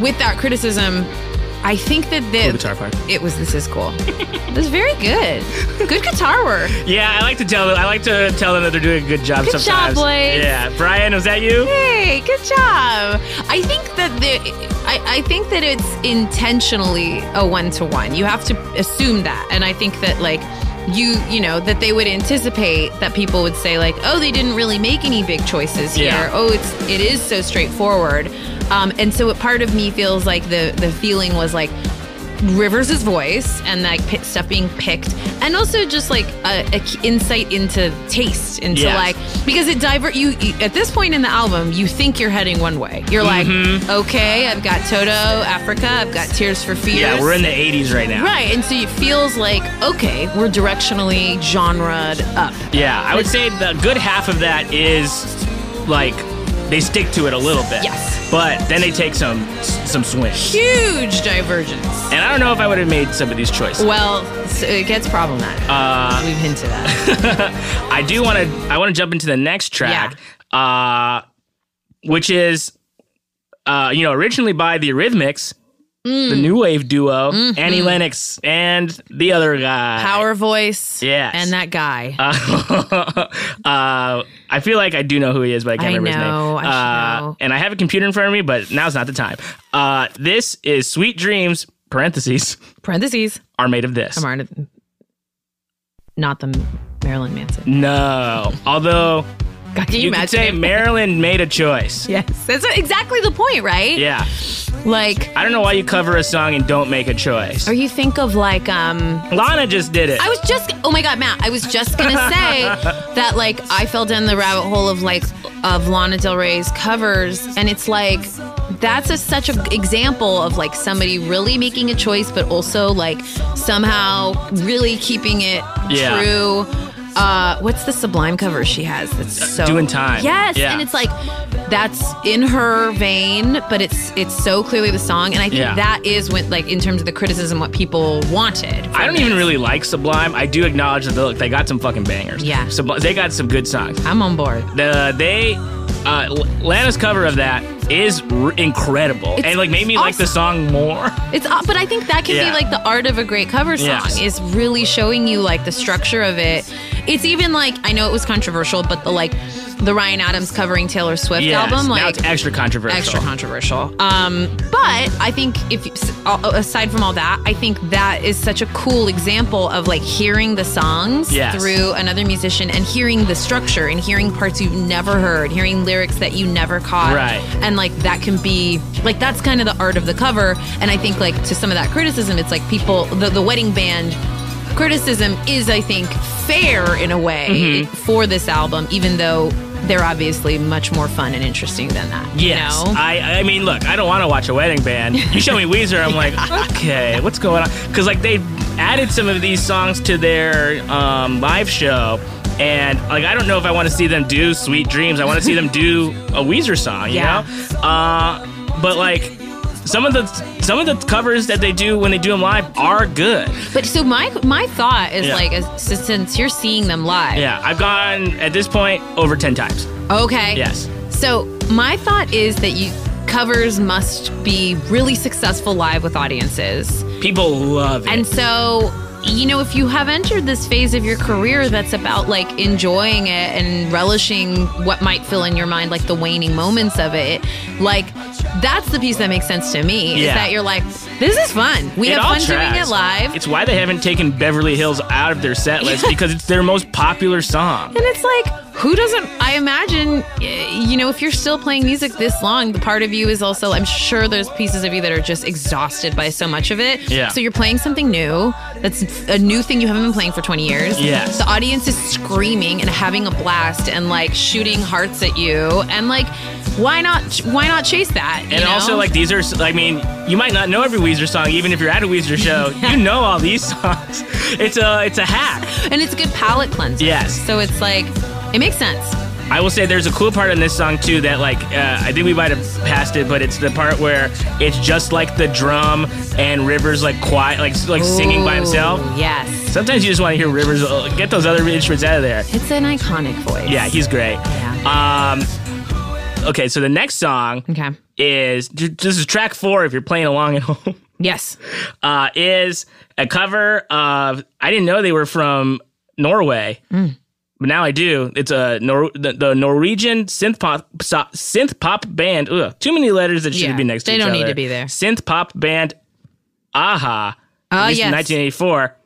with that criticism, I think that the
Cool guitar part.
It was this is cool. it was very good. Good guitar work.
Yeah, I like to tell them. I like to tell them that they're doing a good job
Good job,
sometimes.
boys.
Yeah, Brian, was that you?
Hey, good job. I think that the I, I think that it's intentionally a one to one. You have to assume that. And I think that like you you know that they would anticipate that people would say like oh they didn't really make any big choices here
Yeah.
oh it's it is so straightforward um, and so it, part of me feels like the the feeling was like Rivers' voice and like pi stuff being picked, and also just like a, a k- insight into taste, into
Yes.
like because it divert you, you at this point in the album. You think you're heading one way. You're
Mm-hmm.
like, okay, I've got Toto, Africa, I've got Tears for Fears.
Yeah, we're in the 80s right now.
right, and so it feels like okay, we're directionally genred up.
Yeah, I would say the good half of that is like they stick to it a little bit.
Yes.
But then they take some some swings.
Huge divergence.
And I don't know if I would have made some of these choices.
Well, s- it gets problematic.
Uh,
We've hinted at.
I do want to. I want to jump into the next track, uh, which is, uh, you know, originally by the Rhythmics, the
Mm.
new wave duo, Annie Lennox and the other guy.
Mm-hmm. Power voice.
Yes.
And that guy.
Uh, uh, I feel like I do know who he is, but I can't
I
remember
know,
his name.
I should
uh,
know.
And I have a computer in front of me, but now's not the time. Uh, this is Sweet Dreams. Parentheses
parentheses.
are made of this.
Martin, not the Marilyn Manson.
No, although
God, can you,
you could
imagine?
say Marilyn made a choice.
yes, that's exactly the point, right?
yeah.
Like,
I don't know why you cover a song and don't make a choice.
or you think of like, um,
Lana just did it.
I was just, oh my God, Matt, I was just gonna say that like I fell down the rabbit hole of like of Lana Del Rey's covers, and it's like that's a, such an example of like somebody really making a choice, but also like somehow really keeping it
Yeah.
true. Uh, what's the Sublime cover she has? That's so
Uh, Doing Time.
Yes,
Yeah.
and it's like that's in her vein, but it's it's so clearly the song, and I think
Yeah.
that is when like in terms of the criticism, what people wanted.
I don't even really like Sublime. I do acknowledge that look, they got some fucking bangers.
Yeah.
Subli- they got some good songs.
I'm on board.
The they uh, L- Lana's cover of that is r- incredible
It's
and like made me like the song more.
It's uh, but I think that can
Yeah.
be like the art of a great cover song
Yes.
is really showing you like the structure of it. It's even like I know it was controversial, but the like the Ryan Adams covering Taylor Swift
Yes.
album
now
like
it's extra controversial.
extra controversial. Um, but I think if uh, aside from all that, I think that is such a cool example of like hearing the songs
Yes.
through another musician and hearing the structure and hearing parts you've never heard, hearing lyrics that you never caught,
Right.
And like that can be like that's kind of the art of the cover. And I think like to some of that criticism, it's like people the the wedding band. Criticism is, I think, fair in a way
Mm-hmm.
for this album, even though they're obviously much more fun and interesting than that. you
Yes,
know?
I I mean, look, I don't want to watch a wedding band. You show me Weezer, I'm like, okay, what's going on? Because like they added some of these songs to their um, live show, and like I don't know if I want to see them do "Sweet Dreams." I want to see them do a Weezer song, you
Yeah.
know. Uh, but like some of the some of the covers that they do when they do them live are good.
But so my my thought is
Yeah.
like, as, so since you're seeing them live,
Yeah, I've gone at this point over ten times.
okay,
Yes.
So my thought is that you covers must be really successful live with audiences,
People love it.
and so you know if you have entered this phase of your career that's about like enjoying it and relishing what might fill in your mind like the waning moments of it, like that's the piece that makes sense to me
Yeah.
is that you're like, this is fun. We
It
have
all
fun doing
tracks.
it live.
It's why they haven't taken Beverly Hills out of their set list because it's their most popular song.
And it's like, who doesn't? I imagine, y- you know, if you're still playing music this long, the part of you is also, I'm sure there's pieces of you that are just exhausted by so much of it.
Yeah.
So you're playing something new that's a new thing you haven't been playing for 20 years.
Yes.
The audience is screaming and having a blast and like shooting hearts at you. And like, why not? Why not chase that? you
And
know?
also, like these are, I mean, you might not know every Weezer song, even if you're at a Weezer show, you know all these songs. It's a, it's a hack.
and it's a good palate cleanser.
Yes.
So it's like, it makes sense.
I will say there's a cool part in this song too that, like, uh, I think we might have passed it, but it's the part where it's just like the drum and Rivers like quiet, like like singing by
Ooh,
himself.
Yes.
Sometimes you just want to hear Rivers uh, get those other instruments out of there.
It's an iconic voice.
Yeah, he's great. Um, okay, so the next song
Okay.
Uh, is this is track four if you're playing along at home.
Yes.
uh, is a cover of. I didn't know they were from Norway,
Hmm.
but now I do. It's a Nor- the, the Norwegian synth pop so, synth pop band. Ugh, too many letters that should
Yeah,
be next to
they
each
don't
other.
need to be there.
Synth pop band, Aha.
Oh,
released in
yes.
1984.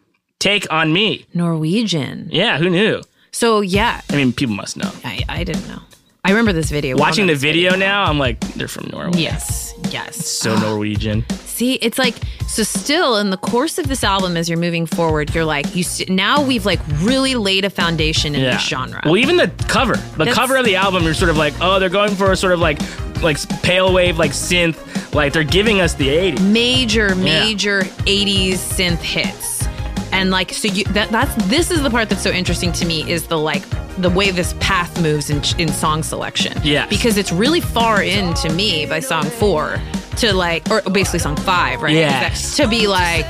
Take on me.
Norwegian.
Yeah, who knew?
So, yeah,
I mean, people must know.
I, I didn't know. I remember this video. We all
Watching
know
the
this
video now, I'm like, they're from Norway.
Yes. Yes.
So Norwegian.
See, it's like so. Still, in the course of this album, as you're moving forward, you're like, you st- now we've like really laid a foundation in this genre.
Well, even the cover, the
That's-
cover of the album, you're sort of like, oh, they're going for a sort of like, like pale wave, like synth, like they're giving us the '80s.
major, major '80s synth hits, and like so. You that that's this is the part that's so interesting to me is the like the way this path moves in in song selection.
Yes.
because it's really far in to me by song four to like or basically song five, right?
Yes.
to be like,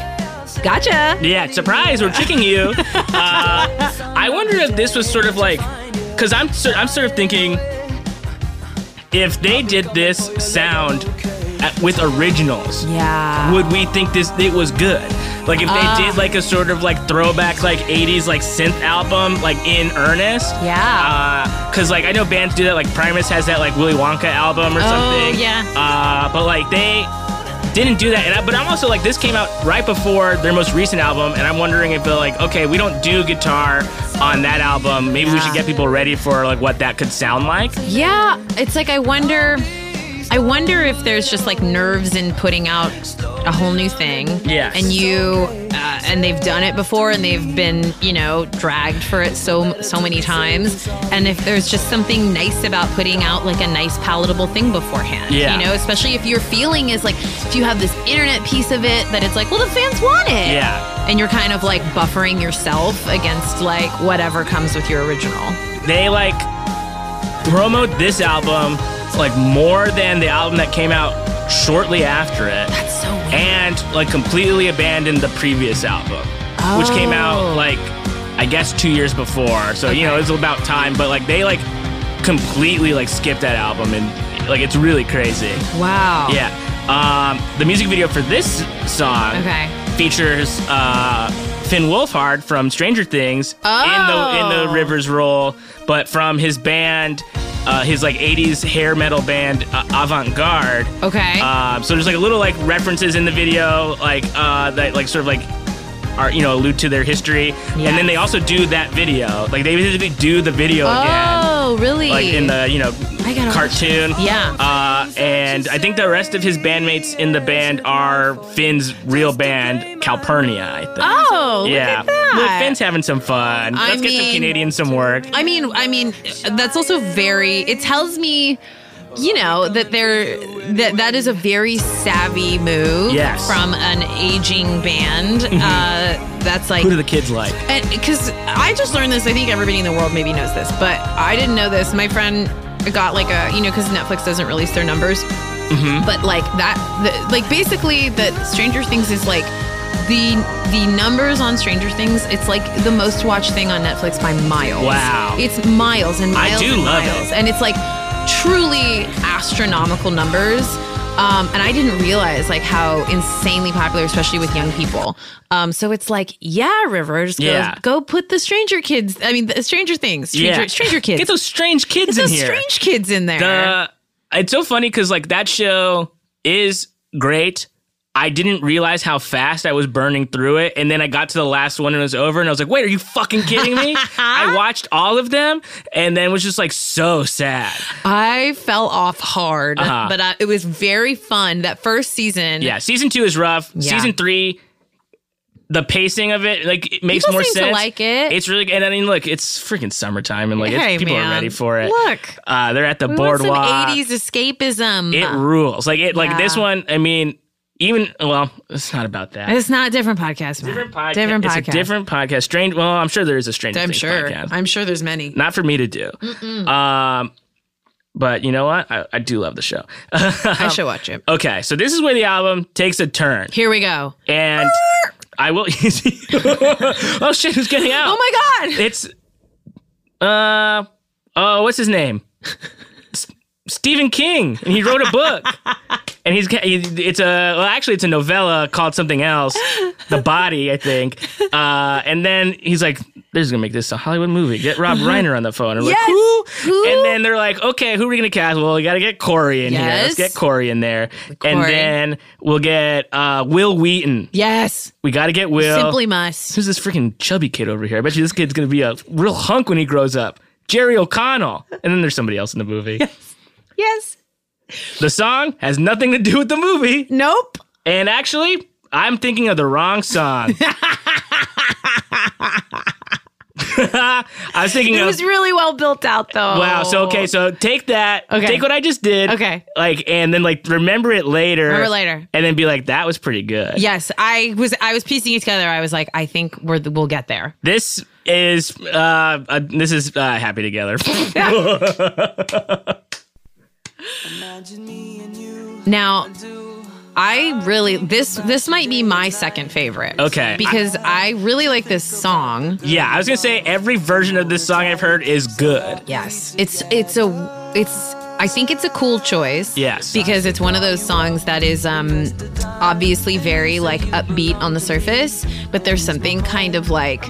gotcha.
Yeah, surprise, we're tricking you. Uh, I wonder if this was sort of like, because I'm, sor- I'm sort of thinking, if they did this sound at, with originals,
Yeah.
would we think this it was good? Like if they
Ah.
did like a sort of like throwback like 80s like synth album like in earnest.
Yeah.
Uh, Cause like I know bands do that. Like Primus has that like Willy Wonka album or
Oh,
something.
yeah.
Uh, but like they didn't do that. And I, but I'm also like this came out right before their most recent album, and I'm wondering if they're like, okay, we don't do guitar on that album. Maybe we
Yeah.
should get people ready for like what that could sound like.
Yeah, it's like I wonder. I wonder if there's just like nerves in putting out a whole new thing.
Yes.
And you, uh, and they've done it before, and they've been, you know, dragged for it so so many times. And if there's just something nice about putting out like a nice palatable thing beforehand.
Yeah.
You know, especially if your feeling is like, if you have this internet piece of it that it's like, well, the fans want it.
Yeah.
And you're kind of like buffering yourself against like whatever comes with your original.
they like promote this album like more than the album that came out shortly after it
That's so weird.
and like completely abandoned the previous album which came
Oh.
out like i guess two years before so you know
Okay.
it's about time but like they like completely like skipped that album and like it's really crazy
Wow.
yeah um, the music video for this song
Okay.
features uh, Finn Wolfhard from Stranger Things in the in
Oh.
the Rivers role, but from his band, uh, his like '80s hair metal band uh, Avant Garde.
Okay.
Um, so there's like a little like references in the video, like uh, that like sort of like are you know allude to their history, and then they also do that video, like they basically do the video again.
Oh, really?
Like in the you know
I gotta watch
cartoon,
it. Yeah.
Uh, and I think the rest of his bandmates in the band are Finn's real band, Calpurnia. I think.
oh,
yeah,
look at that.
Look, Finn's having some fun.
I
Let's get some
mean-
Canadians some work.
I mean, I mean, that's also very. It tells me, you know, that they're that that is a very savvy move
Yes. Mm-hmm.
from an aging band. Uh, that's like.
Who do the kids like?
because I just learned this, I think everybody in the world maybe knows this, but I didn't know this. My friend got like a, you know, because Netflix doesn't release their numbers,
Mm-hmm.
but like that, the, like basically, the Stranger Things is like the the numbers on Stranger Things. It's like the most watched thing on Netflix by miles.
Wow.
it's miles and
I
miles
do
and
love it.
miles, and it's like truly astronomical numbers. Um, and I didn't realize like how insanely popular, especially with young people. Um, so it's like, yeah, Rivers, go,
Yeah.
go put the Stranger Kids. I mean, the Stranger Things, Stranger, stranger Kids.
Get those strange kids
Get
in
those
here.
Strange Kids in there.
Uh, it's so funny because like that show is great. I didn't realize how fast I was burning through it, and then I got to the last one and it was over, and I was like, "Wait, are you fucking kidding me?" I watched all of them, and then was just like so sad.
I fell off hard, but I, it was very fun that first season.
Uh-huh. Yeah, season two is rough.
Yeah.
Season three, the pacing of it like it makes
People
more
seem to
sense.
like it.
It's really, and I mean, look, it's freaking summertime, and like
Hey,
it's, people
man.
are ready for it.
Look.
uh, they're at the
we want
boardwalk.
some '80s escapism.
It rules. Like it. Like
Uh-huh. Yeah.
this one. I mean, even well, it's not about that.
it's not a different podcast, man.
different podcast.
Different podcast.
It's a different podcast. Strange. Well, I'm sure there is a strange.
I'm
Things
sure.
podcast.
I'm sure there's many.
not for me to do. Um, but you know what? I, I do love the show.
I should watch it.
okay, so this is where the album takes a turn,
Here we go.
and I will. oh shit! Who's getting out?
Oh my god!
It's uh oh, what's his name? S- Stephen King, and he wrote a book. and he's ca- he- it's a well actually it's a novella called something else the body i think uh, and then he's like this is gonna make this a hollywood movie get rob reiner on the phone and we're
Mm-hmm. Yes.
like who?
Who?
and then they're like okay who are we gonna cast well we gotta get corey in here let's
Yes.
get corey in there and
Corey.
then we'll get uh, will wheaton
Yes.
we gotta get will
Simply must.
who's this freaking chubby kid over here i bet you this kid's gonna be a real hunk when he grows up jerry o'connell and then there's somebody else in the movie
Yes.
the song has nothing to do with the movie
Nope.
and actually, I'm thinking of the wrong song. I was thinking
It
of
was really well built out though.
wow. So okay, so take that.
Okay.
Take what I just did.
Okay.
Like and then like remember it later.
Remember later.
And then be like, that was pretty good.
Yes, I was. I was piecing it together. I was like, I think we're the, we'll get there.
This is uh, uh this is uh, happy together.
Imagine me and you
Now,
do.
I really this this might be my second favorite.
Okay.
because I, really like this song.
yeah, I was gonna say every version of this song I've heard is good.
Yes, it's it's a it's. I think it's a cool choice.
Yes.
because it's one of those songs that is um obviously very like upbeat on the surface, but there's something kind of like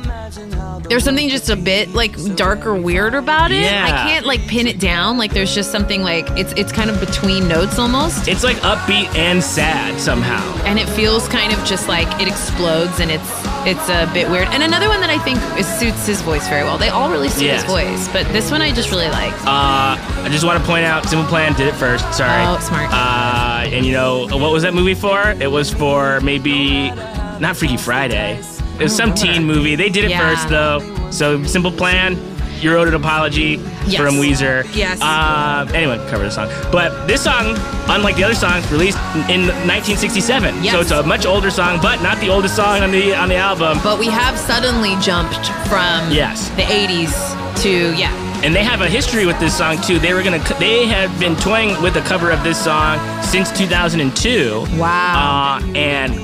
there's something just a bit like dark or weird about it.
Yeah.
I can't like pin it down. Like there's just something like it's it's kind of between notes almost.
It's like upbeat and sad somehow.
and it feels kind of just like it explodes and it's it's a bit weird. And another one that I think is, suits his voice very well. They all really suit
Yes.
his voice, but this one I just really like.
Uh, I just want to point out, Simple Plan did it first. Sorry.
Oh, smart.
Uh, and you know what was that movie for? It was for maybe not Freaky Friday. It was some teen movie. They did it
Oh, Yeah.
first though. So Simple Plan, you wrote an apology
Yes.
from Weezer.
Yes.
Uh, anyone could cover the song, but this song, unlike the other songs, released in 1967.
Yes.
So it's a much older song, but not the oldest song on the on the album.
but we have suddenly jumped from
Yes.
the 80s to yeah.
And they have a history with this song too. They were gonna, they had been toying with a cover of this song since 2002.
Wow.
Uh, and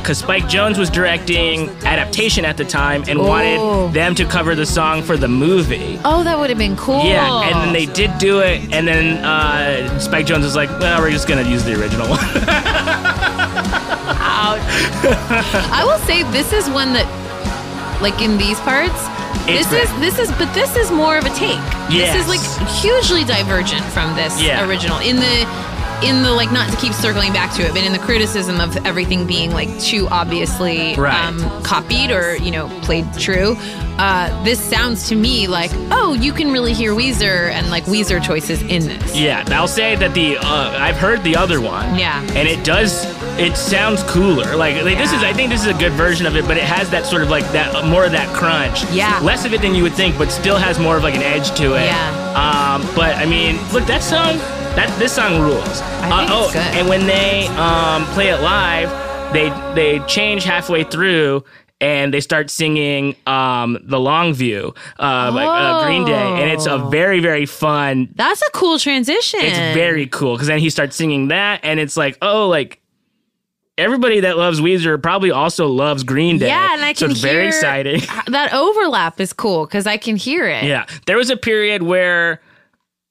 because Spike Jones was directing adaptation at the time and wanted
Oh.
them to cover the song for the movie.
Oh, that would have been cool.
Yeah, and
Oh.
then they did do it, and then uh, Spike Jones was like, "Well, we're just gonna use the original one."
I will say this is one that like in these parts
It's
this is this is but this is more of a take. This
Yes.
is like hugely divergent from this
Yeah.
original in the in the like not to keep circling back to it, but in the criticism of everything being like too obviously um,
Right.
copied or you know played true, uh, this sounds to me like oh you can really hear Weezer and like Weezer choices in this.
yeah, I'll say that the uh, I've heard the other one.
Yeah.
and it does. It sounds cooler. Like, like, this is.
Yeah.
I think this is a good version of it, but it has that sort of like that more of that crunch.
Yeah.
less of it than you would think, but still has more of like an edge to it.
Yeah.
Um, but I mean, look, that song. That this song rules.
I think
uh,
it's
oh,
good.
and when they um, play it live, they they change halfway through. And they start singing um, "The Long View" uh, by uh, Green Day, and it's a
Oh.
very, very fun
That's a cool transition.
it's very cool because then he starts singing that, and it's like, oh, like everybody that loves Weezer probably also loves Green Day.
Yeah, and I
so
can
it's very
hear-
exciting.
that overlap is cool because I can hear it.
yeah, there was a period where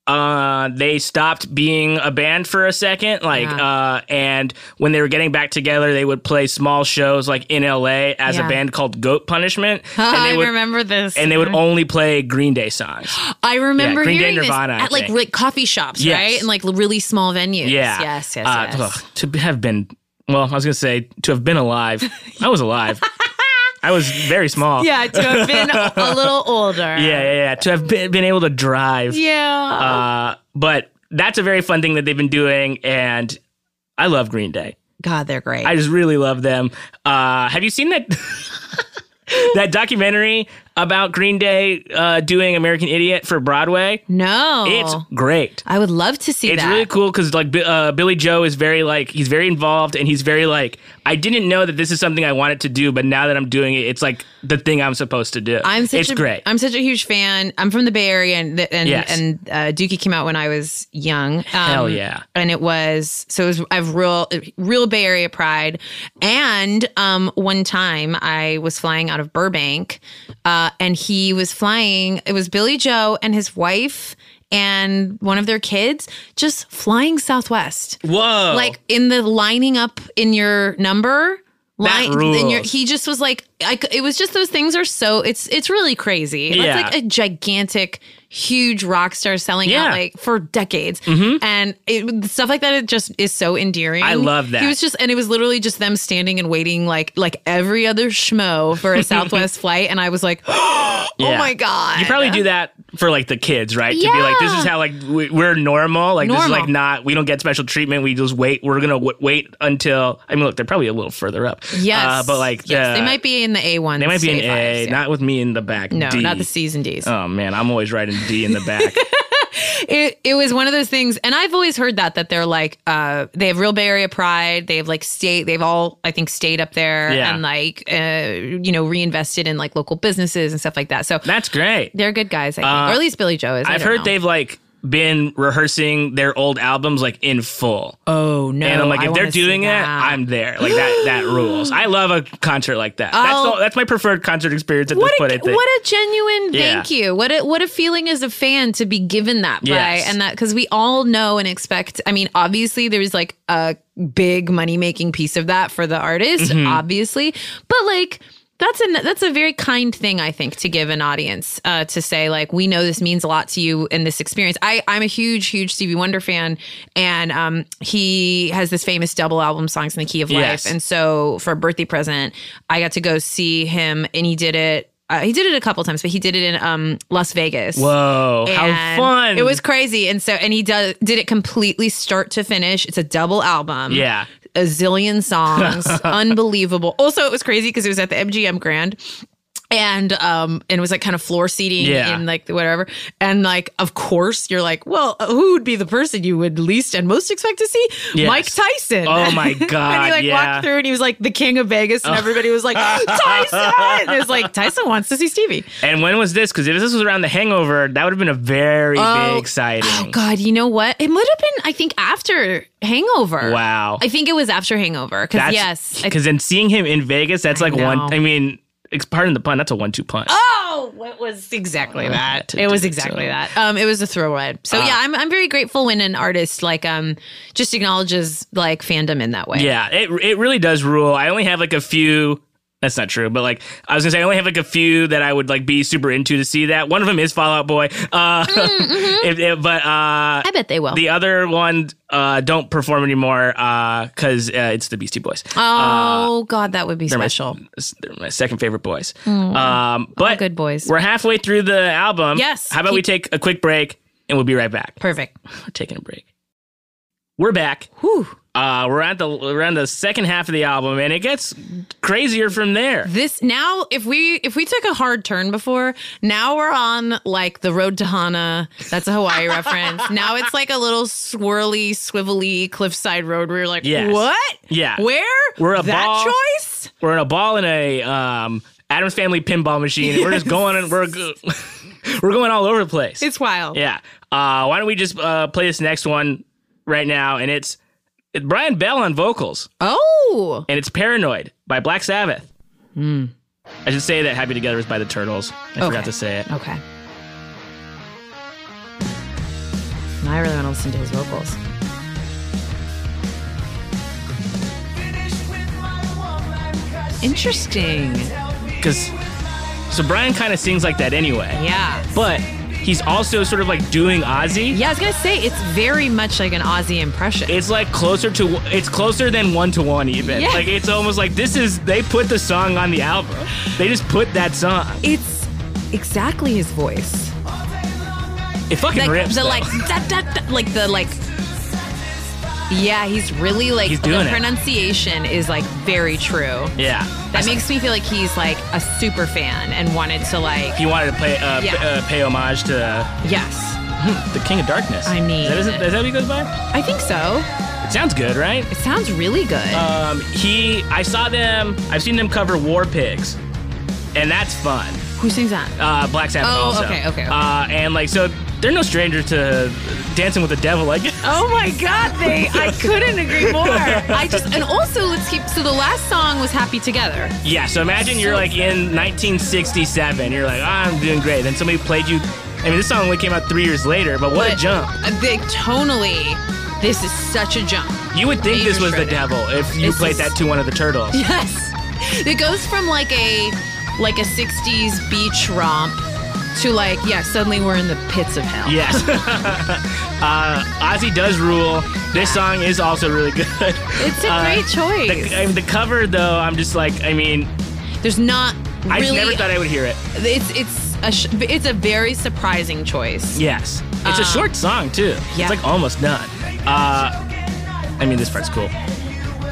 uh they stopped being a band for a second like
Yeah.
uh and when they were getting back together they would play small shows like in LA as a
Yeah.
band called Goat Punishment and they
Ah, I
would
remember this.
and they would only play Green Day songs
I remember
Yeah, Green Day,
hearing this
Nirvana, I
at like
think.
like coffee shops,
Yes.
right? And like really small venues.
Yeah.
Yes. Yes.
Uh,
yes.
ugh, to have been, well, I was going to say to have been alive. I was alive. I was very small.
Yeah. To have been a little older.
Yeah, yeah, yeah. To have been, been able to drive.
Yeah.
Uh, but that's a very fun thing that they've been doing. And I love Green Day.
God, they're great.
I just really love them. Uh, have you seen that? that documentary about Green Day uh, doing American Idiot for Broadway?
no.
It's great.
I would love to see
It's
that.
really cool because like Bi- uh, Billy Joe is very like he's very involved and he's very like I didn't know that this is something I wanted to do, but now that I'm doing it, it's like the thing I'm supposed to do.
I'm such
it's
a,
great.
I'm such a huge fan. I'm from the Bay Area, and th- and
Yes.
and uh, Dookie came out when I was young. Um,
Hell yeah.
And it was so it was I've real real Bay Area pride. And um, one time I was flying out of Burbank, uh, and he was flying. It was Billy Joe and his wife and one of their kids just flying Southwest.
Whoa.
Like in the lining up in your number.
That
in your,
rules.
he just was like, I, c- it was just those things are so it's it's really crazy.
Yeah.
That's like a gigantic, huge rock star selling
Yeah. Mm-hmm.
out like for decades, and it, stuff like that. It just is so endearing.
I love that.
He was just, and it was literally just them standing and waiting like like every other schmo for a Southwest flight, and I was like, oh
Yeah.
my god,
You probably do that for like the kids, right? To be like, this is
Yeah.
how like we- we're normal. Like this is
Normal.
like not. We don't get special treatment. We just wait. We're gonna w- wait until. I mean, look, they're probably a little further up.
Yes,
uh, but like
yes,
the-
they might be in the A one.
They might be in A, not with me in the back.
no,
D.
not the C's and D's.
Oh man, I'm always writing D in the back.
it, it was one of those things and i've always heard that that they're like uh they have real bay area pride they have like state they've all i think stayed up there
Yeah.
and like uh you know reinvested in like local businesses and stuff like that so
That's great.
they're good guys i think or at least billy joe is I
Uh, I've
don't
heard
know.
they've like been rehearsing their old albums like in full.
oh no
And I'm like,
I
if they're
wanna see
doing it,
that.
I'm there. Like that, that rules. I love a concert like that. That's,
I'll-
the, that's my preferred concert experience at
Oh. what
this
a,
point. I think.
what a genuine
Yeah.
thank you. What a what a feeling as a fan to be given that by
Yes.
and that because we all know and expect. I mean, obviously there's like a big money making piece of that for the artist,
Mm-hmm.
obviously, but like. That's a that's a very kind thing I think to give an audience uh, to say like we know this means a lot to you in this experience. I I'm a huge huge Stevie Wonder fan and um, he has this famous double album songs in the key of life
Yes.
and so for a birthday present, I got to go see him, and he did it. Uh, he did it a couple times, but he did it in um, Las Vegas.
Whoa, how
And
fun!
It was crazy, and so and he does did it completely start to finish. It's a double album.
Yeah.
a zillion songs, unbelievable. Also, it was crazy because it was at the MGM Grand. And um and it was like kind of floor seating
Yeah.
and like whatever and like of course you're like well who would be the person you would least and most expect to see
Yes.
Mike Tyson
Oh my god!
and he like
yeah.
walked through and he was like the king of Vegas and everybody was like Tyson. It was like Tyson wants to see Stevie.
And when was this? Because if this was around The Hangover, that would have been a very big exciting.
Oh God, you know what? It might have been I think after Hangover.
Wow.
I think it was after Hangover because yes. I-
Because then seeing him in Vegas, that's like one.
know.
I mean, it's pardon the pun. That's a one-two punch.
Oh, what was exactly that? It was exactly that. Um, it was a throwaway. So
Ah.
yeah, I'm I'm very grateful when an artist like um just acknowledges like fandom in that way.
Yeah, it it really does rule. I only have like a few. That's not true, but like I was gonna say, I only have like a few that I would like be super into to see that. One of them is Fallout Boy, uh,
Mm, mm-hmm.
if- if- but uh,
I bet they will.
the other one uh, don't perform anymore because uh, it's the Beastie Boys. uh,
oh God, that would be special.
They're my second favorite boys. Um, but
good boys.
We're halfway through the album.
Yes.
How about we take a quick break and we'll be right back.
Perfect.
We're taking a break. We're back.
Whew.
Uh, we're at the we're on the second half of the album, and it gets crazier from there.
this now if we if we took a hard turn before now we're on like the road to hana that's a hawaii reference now it's like a little swirly swivelly cliffside road where you're like
Yes.
what
Yeah.
where
We're a
that
ball-
choice
We're in a ball in a um, Adam's Family pinball machine, and we're just going and we're go- we're going all over the place.
it's wild
yeah. Uh, why don't we just uh, play this next one right now? And it's, it's Brian Bell on vocals.
oh
and it's Paranoid by Black Sabbath. I should say that Happy Together is by the Turtles. I forgot
Hmm. Okay.
to say it.
okay And i really want to listen to his vocals interesting
Because so Brian kind of sings like that anyway,
yeah
but he's also sort of like doing Ozzy.
Yeah, I was gonna say it's very much like an Aussie impression.
It's like closer to it's closer than one to one even.
Yeah.
Like it's almost like this is they put the song on the album. They just put that song.
it's exactly his voice.
It fucking
Like
rips.
the
though.
like da, da, da, like the like Yeah, he's really like
He's doing
the
it.
pronunciation is like very true.
yeah.
That makes me feel like he's like a super fan and wanted to like
he wanted to play uh,
Yeah.
p- uh, pay homage to uh,
Yes.
the King of Darkness.
I mean-
is that, is, that- is that what he goes by?
I think so.
It sounds good, right?
It sounds really good.
Um, he, I saw them. I've seen them cover War Pigs, and that's fun.
Who sings that?
Uh, Black Sabbath.
Oh,
also.
okay, okay, okay.
Uh, and like, so they're no stranger to Dancing with the Devil. I guess.
Oh my God, they! I couldn't agree more. I just and also let's keep. So the last song was "Happy Together."
Yeah. So imagine you're like in 1967. You're like, "Ah, I'm doing great. Then somebody played you I mean, this song only came out three years later, but what a
But
jump!
A big tonally. This is such a jump.
You would think
Major
this was the
Schrodinger.
devil if you
This
played
is-
that to one of the turtles.
Yes. It goes from like a like a 60s beach romp to like yeah, suddenly we're in the pits of hell.
Yes. uh, Ozzy does rule. This song is also really good.
It's a
Uh,
great choice.
The, I mean, the cover, though, I'm just like, I mean,
There's not
I just
really
never thought I would hear it.
it's it's a sh- it's a very surprising choice.
Yes. It's a short song, too.
Uh, yeah.
It's like almost done. Uh, I mean, this part's cool.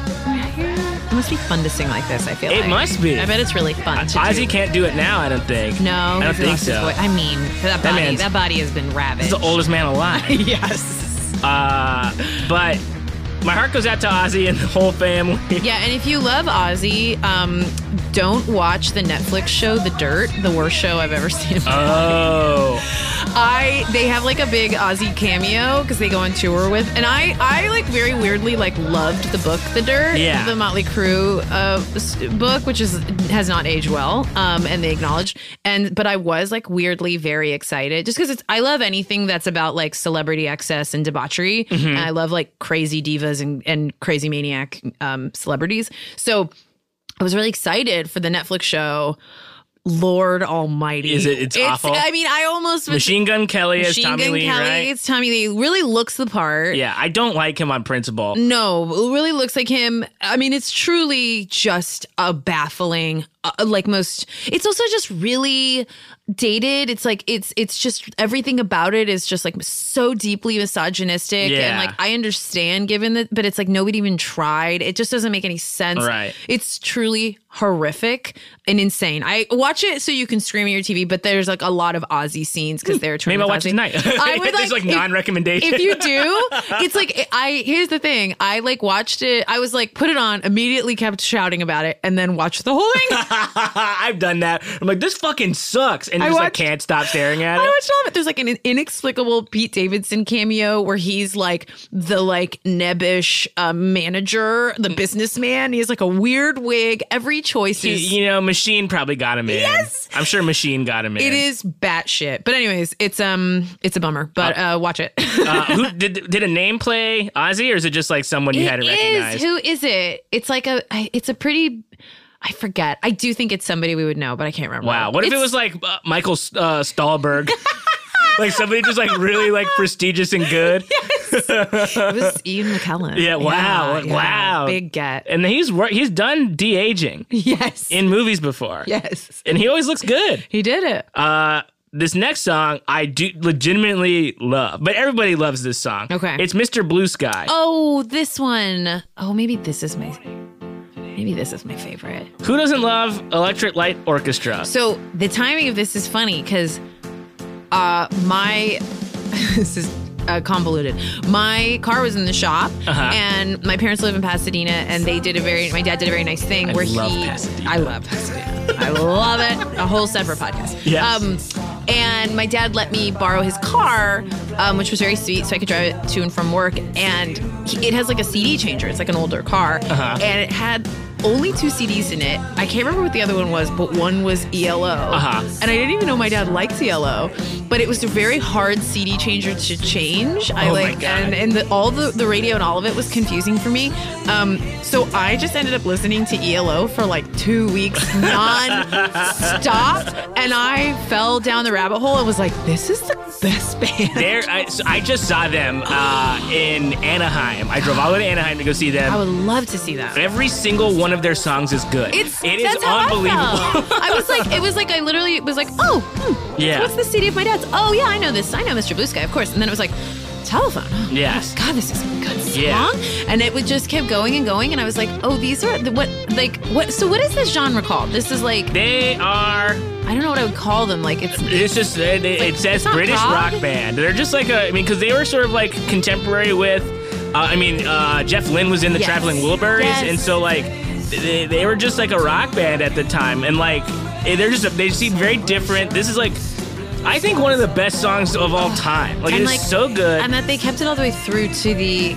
It must be fun to sing like this, I feel
It
like.
must be.
I bet it's really fun to
Ozzy
do.
can't do it now, I don't think.
No,
I don't
he's
think
lost his
so.
voice. I mean, that body,
man's-
that, body has been ravaged.
He's the oldest man alive.
yes.
uh, but my heart goes out to Ozzy and the whole family.
Yeah, and if you love Ozzy, um, don't watch the Netflix show The Dirt, the worst show I've ever seen.
Oh.
I they have like a big Ozzy cameo because they go on tour with, and I I like very weirdly like loved the book The Dirt,
Yeah.
the Motley Crue uh, s- book, which is has not aged well, um, and they acknowledged, and but I was like weirdly very excited just because it's I love anything that's about like celebrity excess and debauchery,
Mm-hmm.
and I love like crazy divas and and crazy maniac um, celebrities, so. I was really excited for the Netflix show. Lord Almighty,
Is it- it's awful?
I mean, I almost was
Machine Gun Kelly is
Machine
Tommy
Gun
Lee,
Kelly.
right?
It's Tommy Lee. Really looks the part.
Yeah, I don't like him on principle.
No, really looks like him. I mean, it's truly just a baffling, uh, like most. It's also just really dated. It's like it's it's just everything about it is just like so deeply misogynistic.
Yeah.
And like I understand, given that, but it's like nobody even tried. It just doesn't make any sense.
Right.
It's truly horrific and insane. I watch it so you can scream at your TV, but there's like a lot of Aussie scenes because they're
Hmm. Maybe I'll watch it
Ozzy.
tonight.
I would
There's,
like,
like,
if-
non-recommendation.
If you do, it's like I here's the thing. I like watched it. I was like put it on, immediately kept shouting about it, and then watched the whole thing.
I've done that. I'm like, this fucking sucks, and
I
just like
watched-
can't stop staring at
I
it.
watched all of it. There's like an inexplicable Pete Davidson cameo where he's like the like nebbish uh, manager, the businessman. He has like a weird wig. Every choice
You-
is
You know, Machine probably got him in.
Yes!
I'm sure Machine got him in.
it is batshit. But anyways, it's um it's a bummer. But uh, watch it.
Uh, who did did a name play Ozzy, or is it just like someone you
It
hadn't
is.
recognized?
Who is it? It's like a. I- It's a pretty. I forget. I do think it's somebody we would know, but I can't remember.
wow. What if it
It's-
was like uh, Michael uh, Stahlberg? like somebody just like really like prestigious and good,
It was Ian McKellen.
Yeah, wow, wow.
Big get.
and he's wor- he's done de aging
Yes.
in movies before.
yes.
and he always looks good.
He did it.
Uh, this next song I do legitimately love, but everybody loves this song.
Okay.
it's Mr. Blue Sky.
oh, this one. Oh, maybe this is my. Maybe this is my favorite.
Who doesn't love Electric Light Orchestra?
So the timing of this is funny because uh, my this is uh, convoluted. My car was in the shop,
Uh-huh.
and my parents live in Pasadena, and they did a very my dad did a very nice thing
I
where
love
he
Pasadena.
I love Pasadena. I love it. A whole separate podcast.
Yes.
Um, and my dad let me borrow his car, um, which was very sweet, so I could drive it to and from work. And he, it has like a CD changer. It's like an older car,
Uh-huh.
and it had only two CDs in it. I can't remember what the other one was, but one was ELO.
Uh-huh.
And I didn't even know my dad liked ELO, but it was a very hard CD changer to change. I
Oh my
like
God.
and and the, all the the radio and all of it was confusing for me. Um, so I just ended up listening to ELO for like two weeks non-stop, and I fell down the rabbit hole and was like, "This is the best band."
There, I, so I just saw them uh, in Anaheim. I drove all the way to Anaheim to go see them.
I would love to see them.
Every single one of their songs is good.
It's
it is
that's how I
unbelievable.
felt. I, was like, it was like I literally was like, oh, hmm,
Yeah.
What's the CD of my dad's? Oh yeah, I know this. I know Mr. Blue Sky, of course. And then it was like, telephone. Oh,
Yes.
God, this is a good song.
Yeah.
And it would just kept going and going. And I was like, oh, these are the, what like what? So what is this genre called? This is like
they are.
I don't know what I would call them. Like it's
It's just it, it,
Like,
it says
it's not
British
prog?
rock band. They're just like a. I mean, because they were sort of like contemporary with. Uh, I mean, uh, Jeff Lynne was in the
Yes.
Traveling Wilburys,
Yes.
and so like they, they were just like a rock band at the time, and like eh, they're just a, they seem very different. This is like. I think one of the best songs of all time. Like
And,
it's
like,
so good.
and that they kept it all the way through to the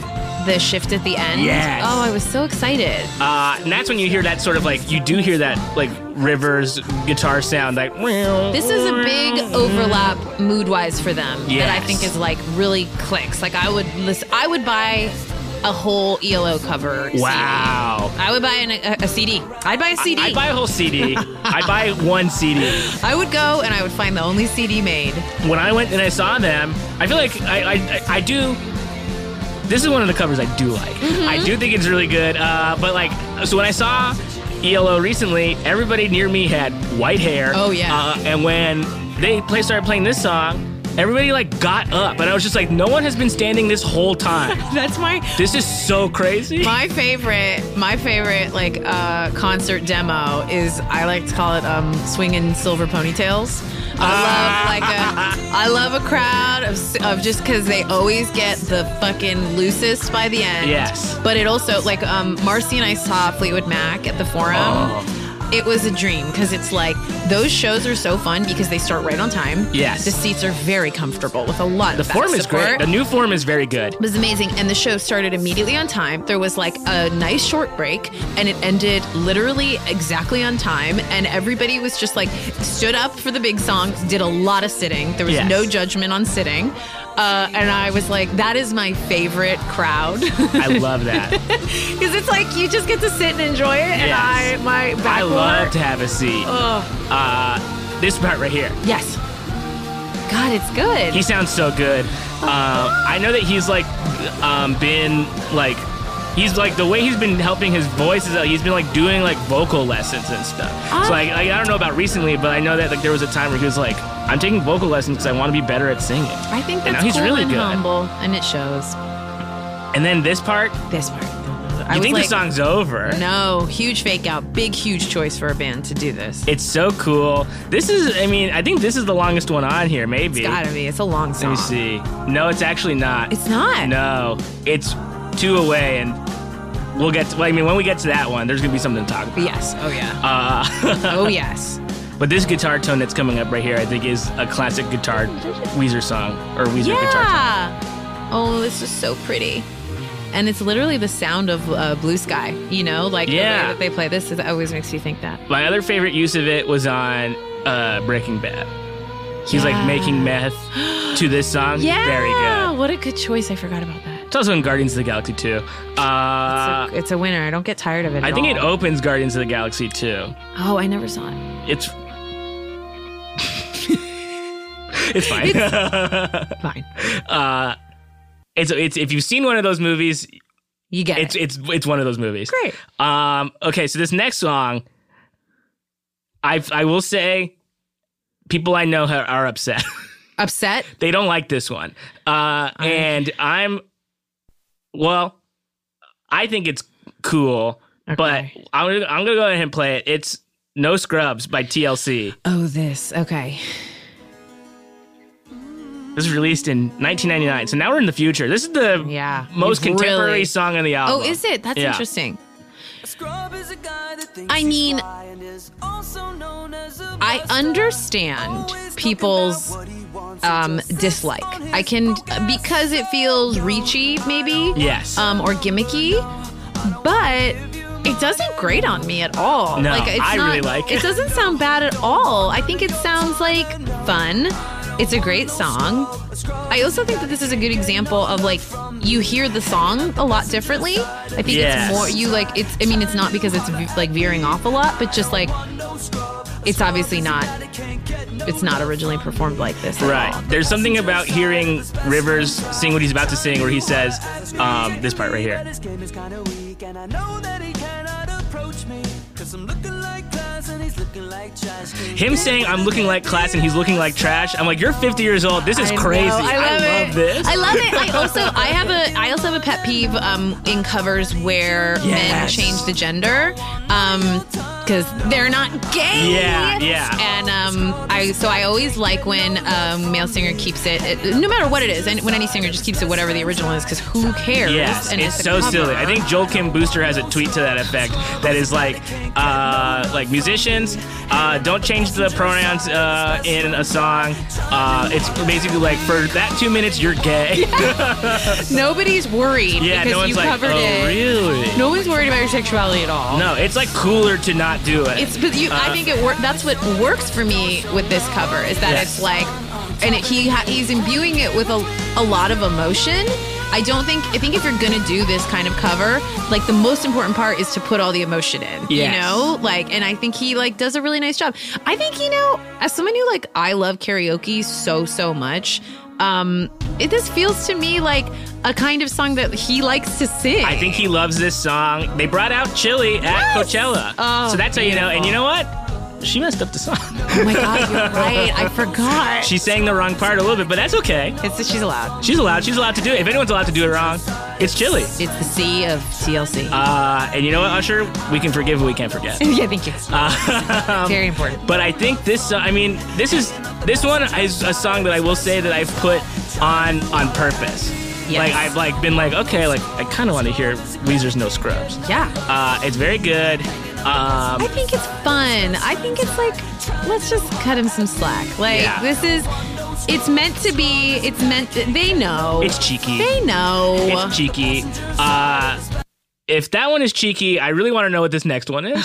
the shift at the end.
Yes.
Oh, I was so excited.
Uh, and that's when you hear that sort of like you do hear that like Rivers guitar sound. Like
This is a big overlap mood wise for them that I
Yes.
think is like really clicks. Like I would listen, I would buy a whole ELO cover. CD.
wow.
I would buy an, a, a CD. I'd buy a CD.
I buy a whole CD. I buy one CD.
I would go and I would find the only CD made.
when I went and I saw them, I feel like I I, I, I do. This is one of the covers I do like.
Mm-hmm.
I do think it's really good. Uh, but like, so when I saw ELO recently, everybody near me had white hair.
Oh, yeah.
Uh, and when they play started playing this song, everybody like got up, and I was just like, no one has been standing this whole time.
That's my
this is so crazy.
my favorite my favorite like uh, concert demo is I like to call it um, swinging silver ponytails.
Ah.
I love like a I love a crowd of, s- of just because they always get the fucking loosest by the end.
Yes.
But it also like um, Marcy and I saw Fleetwood Mac at the Forum.
Oh.
It was a dream because it's like those shows are so fun because they start right on time.
Yes.
The seats are very comfortable with a lot
the
of back
form is
support
great. The new form is very good.
was amazing and the show started immediately on time there was like a nice short break and it ended literally exactly on time and everybody was just like stood up for the big song did a lot of sitting there was
Yes.
no judgment on sitting uh, and i was like that is my favorite crowd
I love that.
because it's like you just get to sit and enjoy it and
Yes.
i my back
I
wore-
love to have a seat.
Ugh.
Uh, this part right here.
yes god it's good
He sounds so good.
Oh.
Uh, I know that he's like um, been like he's like the way he's been helping his voice is that he's been like doing like vocal lessons and stuff.
Ah.
So like, like I don't know about recently, but I know that like there was a time where he was like, I'm taking vocal lessons because I want to be better at singing.
i think
And
that's
now he's
cool
really
and
good.
humble and it shows
And then this part,
this part you
you think the song's over?
No, huge fake out. Big, huge choice for a band to do this.
It's so cool. This is, I mean, I think this is the longest one on here. Maybe.
It's gotta be. It's a long
Let
song.
me see. No, it's actually not.
It's not.
No, it's two away, and we'll get. To, well, I mean, when we get to that one, there's gonna be something to talk about.
Yes. Oh yeah.
Uh,
oh yes.
but this guitar tone that's coming up right here, I think, is a classic guitar Weezer song or Weezer guitar. Tone.
yeah. Oh, this is so pretty. And it's literally the sound of uh, Blue Sky. You know, like
Yeah.
the way that they play this is, always makes you think that.
My other favorite use of it was on uh, Breaking Bad. He's
Yeah.
like making meth to this song.
Yeah.
Very good.
What a good choice. I forgot about that.
It's also in Guardians of the Galaxy too. Uh,
it's, a, it's a winner. I don't get tired of it.
I
at
think it
all.
opens Guardians of the Galaxy too.
Oh, I never saw it.
It's. it's fine.
Fine.
uh, it's it's if you've seen one of those movies,
You get
it's
it.
it's it's one of those movies.
Great.
Um. Okay. So this next song, I I will say, people I know ha- are upset.
Upset.
they don't like this one. Uh, and I'm, well, I think it's cool, but
Okay.
I'm gonna, I'm gonna go ahead and play it. It's No Scrubs by TLC.
Oh, this. Okay.
This was released in 1999. So now we're in the future. This is the
Yeah.
most
You've
contemporary
really-
song on the
Oh,
album.
is it? That's
Yeah.
interesting.
Scrub is a guy that thinks
I
he's
mean,
fly and is also known as a
I
buster.
understand
Always looking
people's
out what he wants and
um,
just sits
dislike.
on his
I can
broken
because it feels reachy, maybe.
Yes.
Um, or gimmicky, but it doesn't grate on me at all.
No,
like, it's
I
not,
really like it.
It doesn't sound bad at all. I think it sounds like fun. It's a great song. I also think that this is a good example of like you hear the song a lot differently. I think
Yes.
it's more you like it's. I mean, it's not because it's like veering off a lot, but just like it's obviously not. It's not originally performed like this. at all.
Right. There's something about hearing Rivers sing what he's about to sing, where he says, um, this part right
That
here.
his game is kinda weak, and I know that he cannot approach me. 'Cause I'm looking like class and he's looking like trash.
Him saying, I'm looking like class and he's looking like trash. I'm like, you're 50 years old. This is
I
crazy.
know. I love, it.
this.
I love it. I also I have a I also have a pet peeve um, in covers where men
Yes.
change the gender because they're not gay.
Yeah, yeah.
And um, I so I always like when um, male singer keeps it, it- no matter what it is, and when any singer just keeps it whatever the original is because who cares?
Yes,
And
it's
a
so
cover.
silly. I think Joel Kim Booster has a tweet to that effect that is like, uh, like musicians. Uh, don't change the pronouns uh, in a song. Uh, it's basically like for that two minutes you're gay.
Nobody's worried
yeah,
because
no one's
you
like,
covered
oh
it.
really?
No one's worried about your sexuality at all.
No, it's like cooler to not do it.
It's but you. I
Uh,
think it works. That's what works for me with this cover is that
Yes.
it's like, and it, he ha- he's imbuing it with a a lot of emotion. I don't think. I think if you're gonna do this kind of cover, like the most important part is to put all the emotion in.
Yes.
You know, like, and I think he like does a really nice job. I think you know, as someone who like I love karaoke so so much. Um, it this feels to me like a kind of song that he likes to sing.
I think he loves this song. They brought out Chili at Coachella.
Oh,
so that's how you know. And you know what? She messed up the song.
Oh my god, you're right. I forgot.
she sang the wrong part a little bit, but that's okay.
it's she's allowed.
She's allowed. She's allowed to do it. If anyone's allowed to do it wrong, it's Chili.
It's the C of TLC.
Uh, and you know what, Usher? We can forgive, but we can't forget.
yeah, thank you.
uh,
Very
um,
important.
But I think this. uh, I mean, this is this one is a song that I will say that I've put on on purpose.
Yes.
Like I've like been like okay, like I kind of want to hear Weezer's No Scrubs.
Yeah.
Uh, it's very good. Um,
I think it's fun. I think it's like, let's just cut him some slack. Like,
Yeah.
this is, it's meant to be, it's meant, to, they know.
it's cheeky.
They know.
It's cheeky. Uh, if that one is cheeky, I really want to know what this next one is.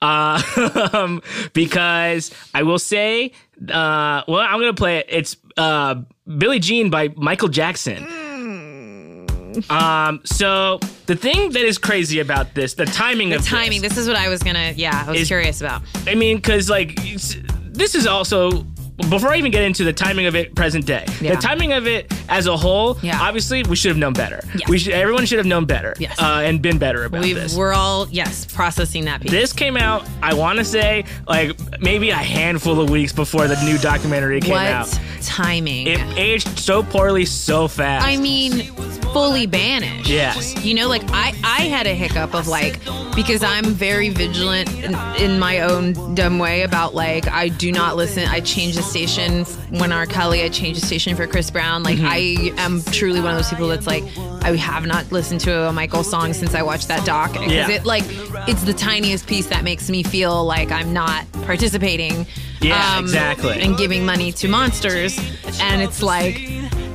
uh, because I will say, uh, well, I'm going to play it. It's uh, Billie Jean by Michael Jackson.
Hmm.
Um, so the thing that is crazy about this, the timing
the
of
timing. This is what I was gonna, yeah, I was
It's-
curious about.
I mean, because like it's- this is also before I even get into the timing of it, present day.
Yeah.
The timing of it as a whole,
Yeah.
obviously, we should have known better.
Yes.
We should, everyone should have known better.
Yes.
uh, and been better about
We've,
this.
We're all, yes, processing that piece.
this came out, I want to say, like maybe a handful of weeks before the new documentary came
what
out.
timing?
It aged so poorly, so fast.
I mean, fully banished.
Yes.
You know, like I, I had a hiccup of like because I'm very vigilant in, in my own dumb way about like I do not listen. I change the station when R. Kelly. I change the station for Chris Brown. Like
Mm-hmm.
I am truly one of those people that's like I have not listened to a Michael song since I watched that doc because
Yeah.
it like it's the tiniest piece that makes me feel like I'm not participating. Um,
Yeah, exactly.
And giving money to monsters, and it's like.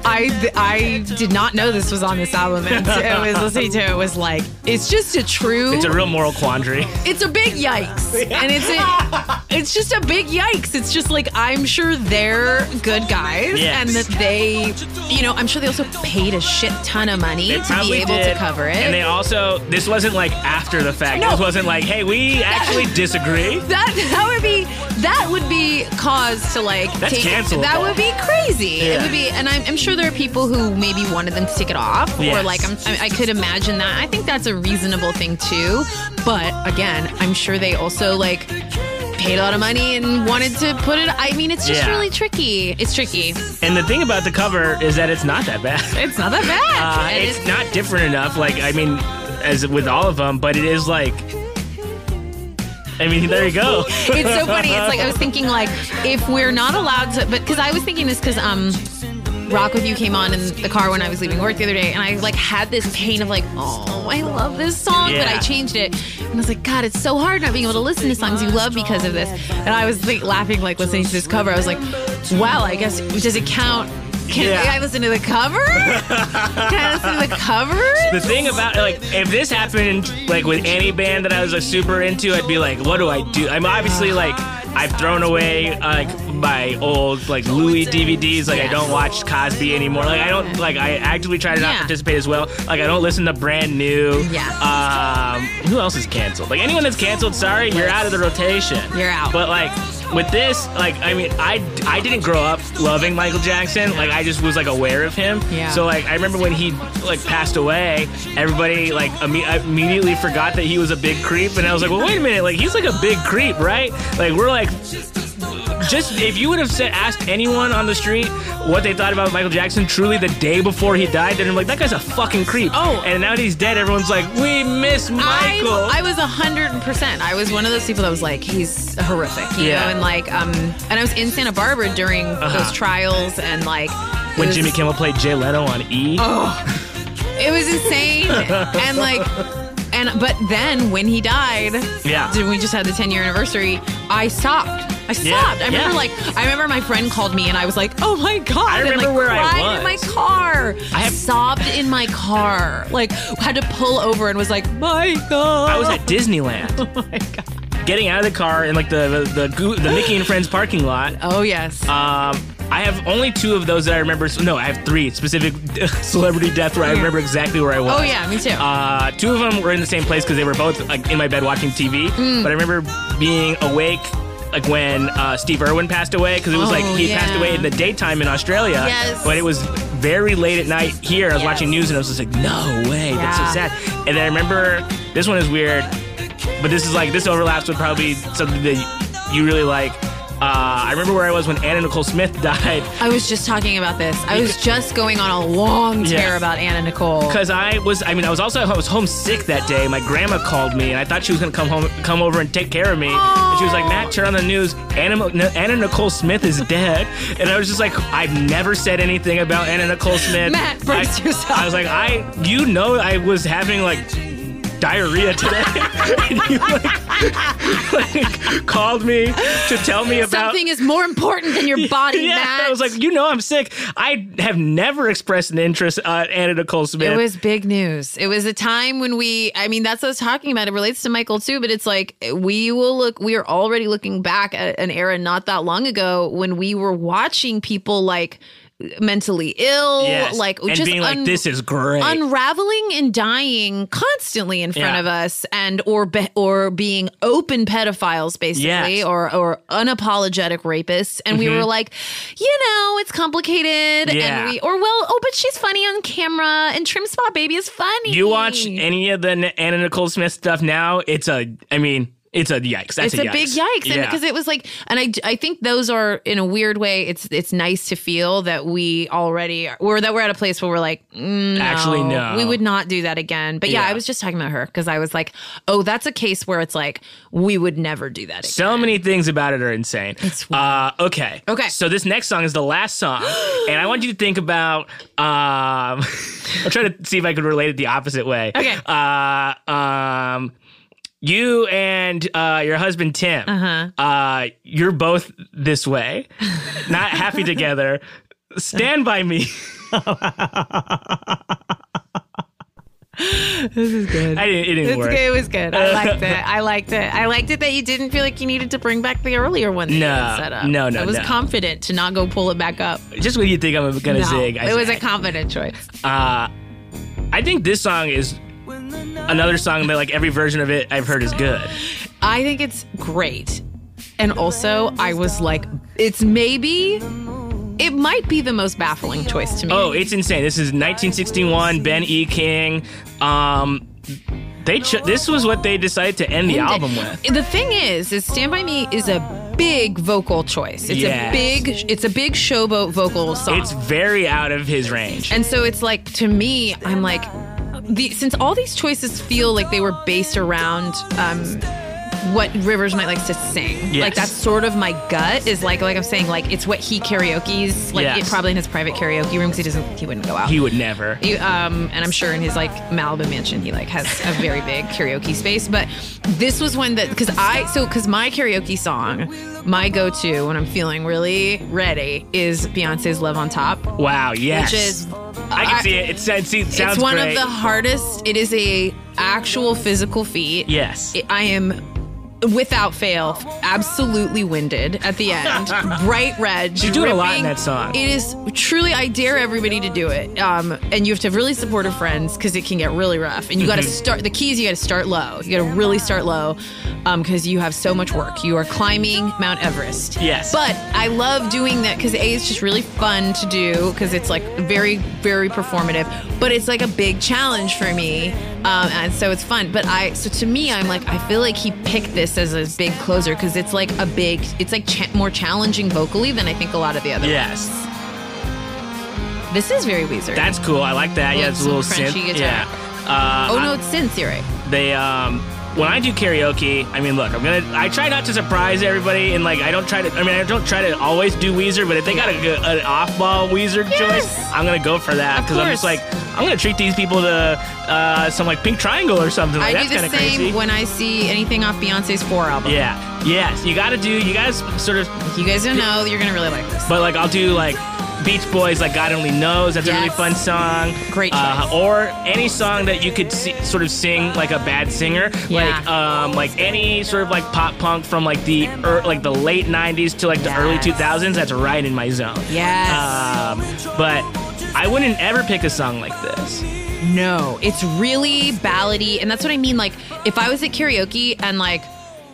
I I did not know this was on this album, and I was listening to it. it Was like, it's just a true.
it's a real moral quandary.
it's a big yikes, and it's a, it's just a big yikes. It's just like I'm sure they're good guys,
Yes.
and that they, you know, I'm sure they also paid a shit ton of money
They
to be
probably
able
did.
to cover it.
And they also, this wasn't like after the fact.
No.
This wasn't like, hey, we actually disagree.
that that would be that would be cause to like
That's
take
cancelable.
that would be crazy. It
Yeah.
would be, and I'm, I'm sure there are people who maybe wanted them to take it off, or
Yes.
like I'm, I, I could imagine that. I think that's a reasonable thing too, but again, I'm sure they also like paid a lot of money and wanted to put it. I mean, it's just
Yeah.
really tricky. It's tricky.
And the thing about the cover is that it's not that bad.
It's not that bad.
Uh,
And
it's not different enough. Like I mean, as with all of them, but it is like. I mean, there you go.
it's so funny. It's like I was thinking like if we're not allowed to, but because I was thinking this because um. Rock with You came on in the car when I was leaving work the other day, and I like had this pain of like, oh, I love this song, but I
Yeah.
changed it, and I was like, God, it's so hard not being able to listen to songs you love because of this. And I was like laughing, like listening to this cover. I was like, wow, I guess does it count? Can
Yeah.
I listen to the cover? Can I listen to the cover?
The thing about like if this happened like with any band that I was like, super into, I'd be like, what do I do? I'm obviously like I've thrown away like my old like Louis DVDs. Like I don't watch Cosby anymore. Like I don't like I actively try to not
Yeah.
participate as well. Like I don't listen to brand new.
Yeah.
Um, who else is canceled? Like anyone that's canceled, sorry, you're out of the rotation.
You're out.
But like. With this, like, I mean, I, I didn't grow up loving Michael Jackson. Like, I just was like aware of him.
Yeah.
So like I remember when he like passed away, everybody like imme- immediately forgot that he was a big creep, and I was like, well, wait a minute, like he's like a big creep, right? Like we're like. Just if you would have said asked anyone on the street what they thought about Michael Jackson truly the day before he died, they're like that guy's a fucking creep.
Oh.
and now that he's dead, everyone's like, we miss Michael.
I, I was hundred percent. I was one of those people that was like, he's horrific, you
Yeah. Uh-huh.
know, and like, um, and I was in Santa Barbara during those trials, and like, it
when
was- Oh,
Jimmy Kimmel played Jay Leno on E,
it was insane, and like. And And but then when he died,
Yeah.
then we just had the 10 year anniversary. I stopped. I stopped.
Yeah,
I remember
yeah.
like I remember my friend called me and I was like, oh my god!
I
and,
remember
like,
where I
cried
was.
in my car.
I
I
have-
sobbed in my car. Like had to pull over and was like, my god!
I was at Disneyland,
oh my god!
getting out of the car in like the the, the, Goo- the Mickey and Friends parking lot.
Oh yes.
Um, I have only two of those that I remember. No, I have three specific celebrity death where I
Yeah.
remember exactly where I was.
oh yeah, me too.
Uh, two of them were in the same place because they were both like in my bed watching TV.
Hmm.
But I remember being awake like when uh, Steve Irwin passed away because it was like
Oh,
he
yeah.
passed away in the daytime in Australia.
Yes.
But it was very late at night here. I was
Yes.
watching news and I was just like, no way, that's so
Yeah.
sad. And then I remember this one is weird, but this is like this overlaps with probably something that you really like. Uh, I remember where I was when Anna Nicole Smith died.
I was just talking about this. I was just going on a long tear
Yes.
about Anna Nicole.
Because I was, I mean, I was also I was homesick that day. My grandma called me, and I thought she was gonna come home, come over and take care of me. And she was like, "Matt, turn on the news. Anna, Anna Nicole Smith is dead." And I was just like, "I've never said anything about Anna Nicole Smith."
Matt, brace
I,
yourself.
I was like, "I, you know, I was having like." Diarrhea today. and you like, like called me to tell me about
Something is more important than your body,
yeah,
Matt.
I was like, you know, I'm sick. I have never expressed an interest uh, Anna Nicole Smith.
It was big news. It was a time when we, I mean, that's what I was talking about. It relates to Michael too, but it's like we will look, we are already looking back at an era not that long ago when we were watching people like mentally ill,
Yes.
like
and
just
being like
un-
this is great.
unraveling and dying constantly in front
Yeah.
of us and or be, or being open pedophiles basically
Yes. Mm-hmm.
or or unapologetic rapists and we were like you know it's complicated
Yeah.
and we or well oh but she's funny on camera and trim spot baby is funny
you watch any of the N- Anna Nicole Smith stuff now? It's a, I mean, it's a yikes. That's
it's a big yikes and
Yeah.
because it was like and I, I think those are in a weird way it's it's nice to feel that we already are, or that we're at a place where we're like mm,
Actually, no.
we would not do that again but yeah,
Yeah.
i was just talking about her because i was like oh that's a case where it's like we would never do that again
so many things about it are insane.
It's weird.
uh, okay.
Okay.
So this next song is the last song, and I want you to think about. Um, I'm trying to see if I could relate it the opposite way.
Okay.
Uh, um, you and uh, your husband Tim.
Uh-huh.
Uh, you're both this way, not happy together. Stand by me.
this is good
I didn't, it didn't
it's
work.
good. It was good. I liked it. I liked it. I liked it that you didn't feel like you needed to bring back the earlier one that you
No.
had set up.
No, no,
I was
no.
confident to not go pull it back up.
Just when you think I'm gonna
No,
zig, I
it was a
zag.
confident choice.
Uh, I think this song is another song that like every version of it I've heard is good.
I think it's great. And also, I was like, it's maybe, it might be the most baffling choice to me.
Oh, it's insane! This is 1961, Ben E. King. Um, they ch- this was what they decided to end the
And
album with.
The thing is, is Stand By Me is a big vocal choice. It's
Yes.
a big, it's a big showboat vocal song.
It's very out of his range.
and so it's like, to me, I'm like, the, since all these choices feel like they were based around um, what Rivers might likes to sing.
Yes.
Like that's sort of my gut is like like I'm saying like it's what he karaoke's like
Yes.
it probably in his private karaoke room 'cause he doesn't he wouldn't go out.
he would never.
You- um, and I'm sure in his like Malibu mansion, he like has a very big karaoke space. But this was one that because I so because my karaoke song, my go-to when I'm feeling really ready is Beyonce's "Love on Top,"
Wow. Yes.
which is
I can see it. It, sounds- see, it sounds
it's one
great.
of the hardest. It is a actual physical feat.
Yes.
I am without fail absolutely winded at the end bright red
She's doing a lot in that song.
it is truly i dare everybody to do it um, and you have to have really supportive friends because it can get really rough and you
Mm-hmm.
got to start the keys you got to start low you got to really start low because you have so much work you are climbing mount everest
Yes.
but i love doing that because a is just really fun to do because it's like very very performative but it's like a big challenge for me um, and so it's fun but i so to me i'm like i feel like he picked this as a big closer because it's like a big it's like cha- more challenging vocally than i think a lot of the other
yes.
this is very Weezer.
That's cool. I like that. Yeah, it's a
Little
little synth.
crunchy guitar.
Yeah. Uh,
oh no, it's synth. You're right.
They um when I do karaoke, I mean, look, I'm gonna. I try not to surprise everybody, and like, I don't try to. I mean, I don't try to always do Weezer, but if they got a, good- an off-ball Weezer choice, I'm gonna go for that
Of
because I'm just
course.
like, I'm gonna treat these people to uh, some like Pink Triangle or something. Like,
I
that's
do the
kind of
same
crazy.
when I see anything off Beyonce's Four album.
yeah. Yes. You gotta do. You guys sort of
You guys don't know. You're gonna really like this.
But like I'll do like Beach Boys, like God Only Knows. That's a really
Yes.
fun song.
Great
Uh,
choice.
or any song that you could si- sort of sing like a bad singer,
Yeah.
like um, like any sort of like pop punk from like the er- like the late '90s to like the early
Yes.
2000s. That's right in my zone.
Yes.
Um, but I wouldn't ever pick a song like this.
No, it's really ballady, and that's what I mean. Like, if I was at karaoke and like,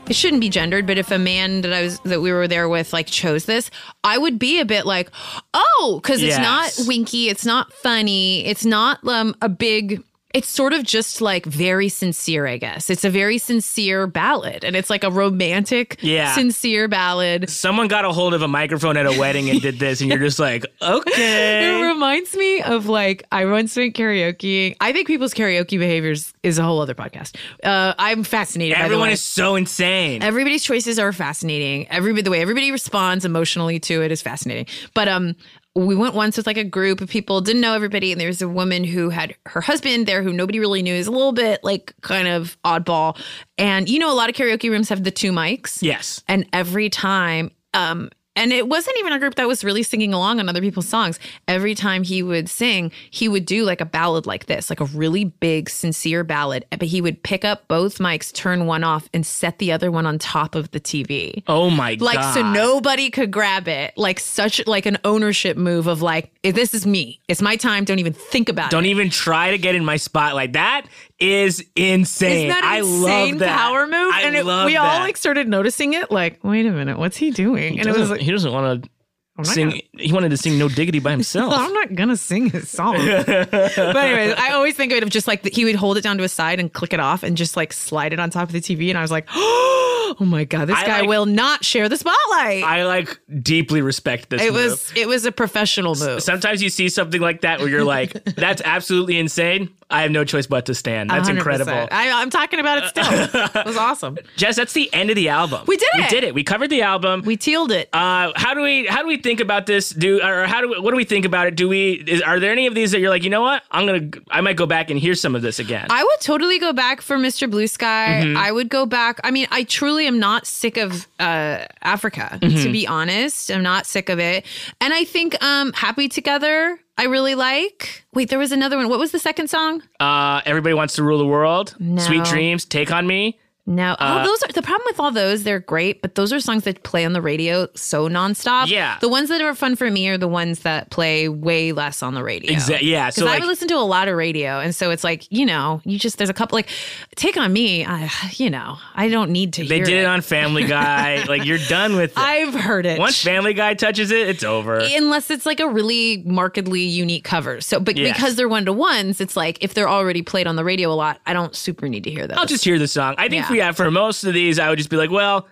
it shouldn't be gendered, but if a man that I was that we were there with like chose this, I would be a bit like, oh, because it's
Yes.
not winky, it's not funny, it's not um a big. It's sort of just like very sincere, I guess. It's a very sincere ballad, and it's like a romantic,
Yeah.
sincere ballad.
Someone got a hold of a microphone at a wedding and did this, and you're just like,
It
okay.
reminds me of like I once went karaoke. I think people's karaoke behaviors is a whole other podcast. Uh, I'm fascinated. by the
Everyone
way.
is so insane.
Everybody's choices are fascinating. Everybody, the way everybody responds emotionally to it is fascinating. But um, we went once with like a group of people, didn't know everybody, and there was a woman who had her husband there who nobody really knew. Is a little bit like kind of oddball, and you know, a lot of karaoke rooms have the two mics.
yes.
And every time, um, and it wasn't even a group that was really singing along on other people's songs. Every time he would sing, he would do like a ballad like this, like a really big, sincere ballad. But he would pick up both mics, turn one off, and set the other one on top of the TV.
Oh my
Like
god.
so nobody could grab it. Like such like an ownership move of like, this is me. It's my time. Don't even think about
Don't
it.
even try to get in my spotlight. That is insane.
Isn't that an
I
insane
love that
power move?
I
and it-
love
we
that.
all like started noticing it. Like, wait a minute, what's he doing? and it was like, "Oh
he doesn't want to
not
sing.
gonna-
He wanted to sing "No Diggity" by himself.
Well, I'm not gonna sing his song. but anyways, I always think of it of just like he would hold it down to his side and click it off and just like slide it on top of the TV, and I was like, oh my god, this
I
guy
like-
will not share the spotlight.
I like deeply respect this.
it
move.
was it was a professional move.
Sometimes you see something like that where you're like, "That's absolutely insane." I have no choice but to stand. That's
100%.
incredible,
I, I'm talking about it still. it was awesome.
Jess. That's the end of the album.
We did
We
it.
did it. We covered the album.
We tealed it.
uh, how do we how do we think about this? Do or how do we, what do we think about it? Do we is, are there any of these that you're like you know what I'm gonna I might go back and hear some of this again?
I would totally go back for Mr. Blue Sky. I would go back. I mean, I truly am not sick of uh, Africa, to be honest. I'm not sick of it. And I think um, Happy Together, I really like. Wait, there was another one. What was the second song?
Uh, Everybody Wants to Rule the World,
No.
Sweet Dreams, Take on Me.
No.
Uh,
oh, those are the problem with all those. They're great, but those are songs that play on the radio so nonstop.
Yeah.
The ones that are fun for me are the ones that play way less on the radio.
Exa- yeah, so,
Because
like-
I listen to a lot of radio, and so it's like you know, you just there's a couple like take on me. I, you know, I don't need to.
They
hear
did it. on Family Guy. like you're done with it.
I've heard it.
Once Family Guy touches it, it's over.
Unless it's like a really markedly unique cover. So, but
Yes.
because they're one to ones, it's like if they're already played on the radio a lot, I don't super need to hear those.
I'll just hear the song. I think
Yeah.
for yeah, for most of these, I would just be like, well,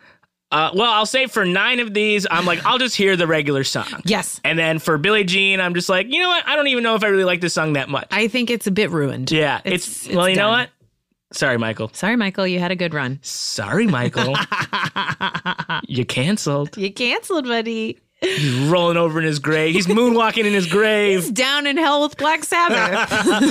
uh, well, I'll say for nine of these, I'm like, I'll just hear the regular song.
yes,
And then for Billie Jean, I'm just like, you know what? I don't even know if I really like this song that much.
I think it's a bit ruined.
yeah, it's,
it's-
well,
it's
you know
done.
what? Sorry, Michael.
Sorry, Michael, you had a good run.
Sorry, Michael. you canceled.
You canceled, buddy.
He's rolling over in his grave. He's moonwalking in his grave.
Down in hell with Black Sabbath.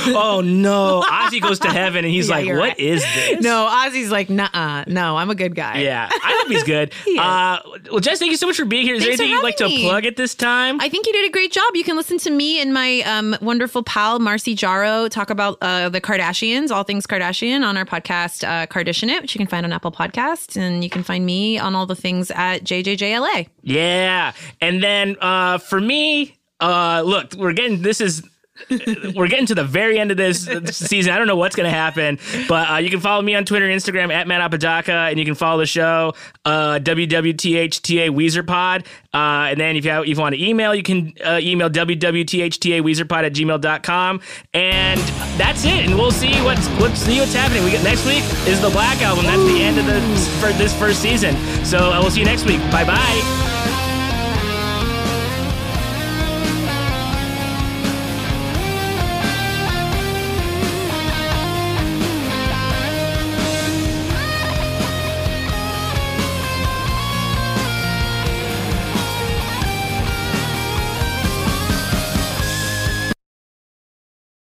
oh no, Ozzy goes to heaven and he's
Yeah,
like,
you're
"What
right.
is this?
no, Ozzy's like, nah, no, I'm a good guy.
Yeah, I hope he's good. uh, well, Jess, thank you so much for being here. Is
Thanks for
there anything you'd like
having
to
me.
plug at this time?
I think you did a great job. You can listen to me and my um, wonderful pal Marcy Jaro talk about uh, the Kardashians, all things Kardashian, on our podcast uh, Kardashian It, which you can find on Apple Podcasts, and you can find me on all the things at JJJLA.
yeah, and then uh, for me, uh, look, we're getting this is. We're getting to the very end of this season. I don't know what's going to happen, but uh, you can follow me on Twitter and Instagram at Matt Apodaca, and you can follow the show uh, WWTHTA Weezer Pod. Uh, and then if you, have, if you want to email, you can uh, email WWTHTA Weezerpod at gmail.com. And that's it. And we'll see what's what's see what's happening. We get, next week is the Black Album. That's the end of the for this first season. So uh, we'll see you next week. Bye bye.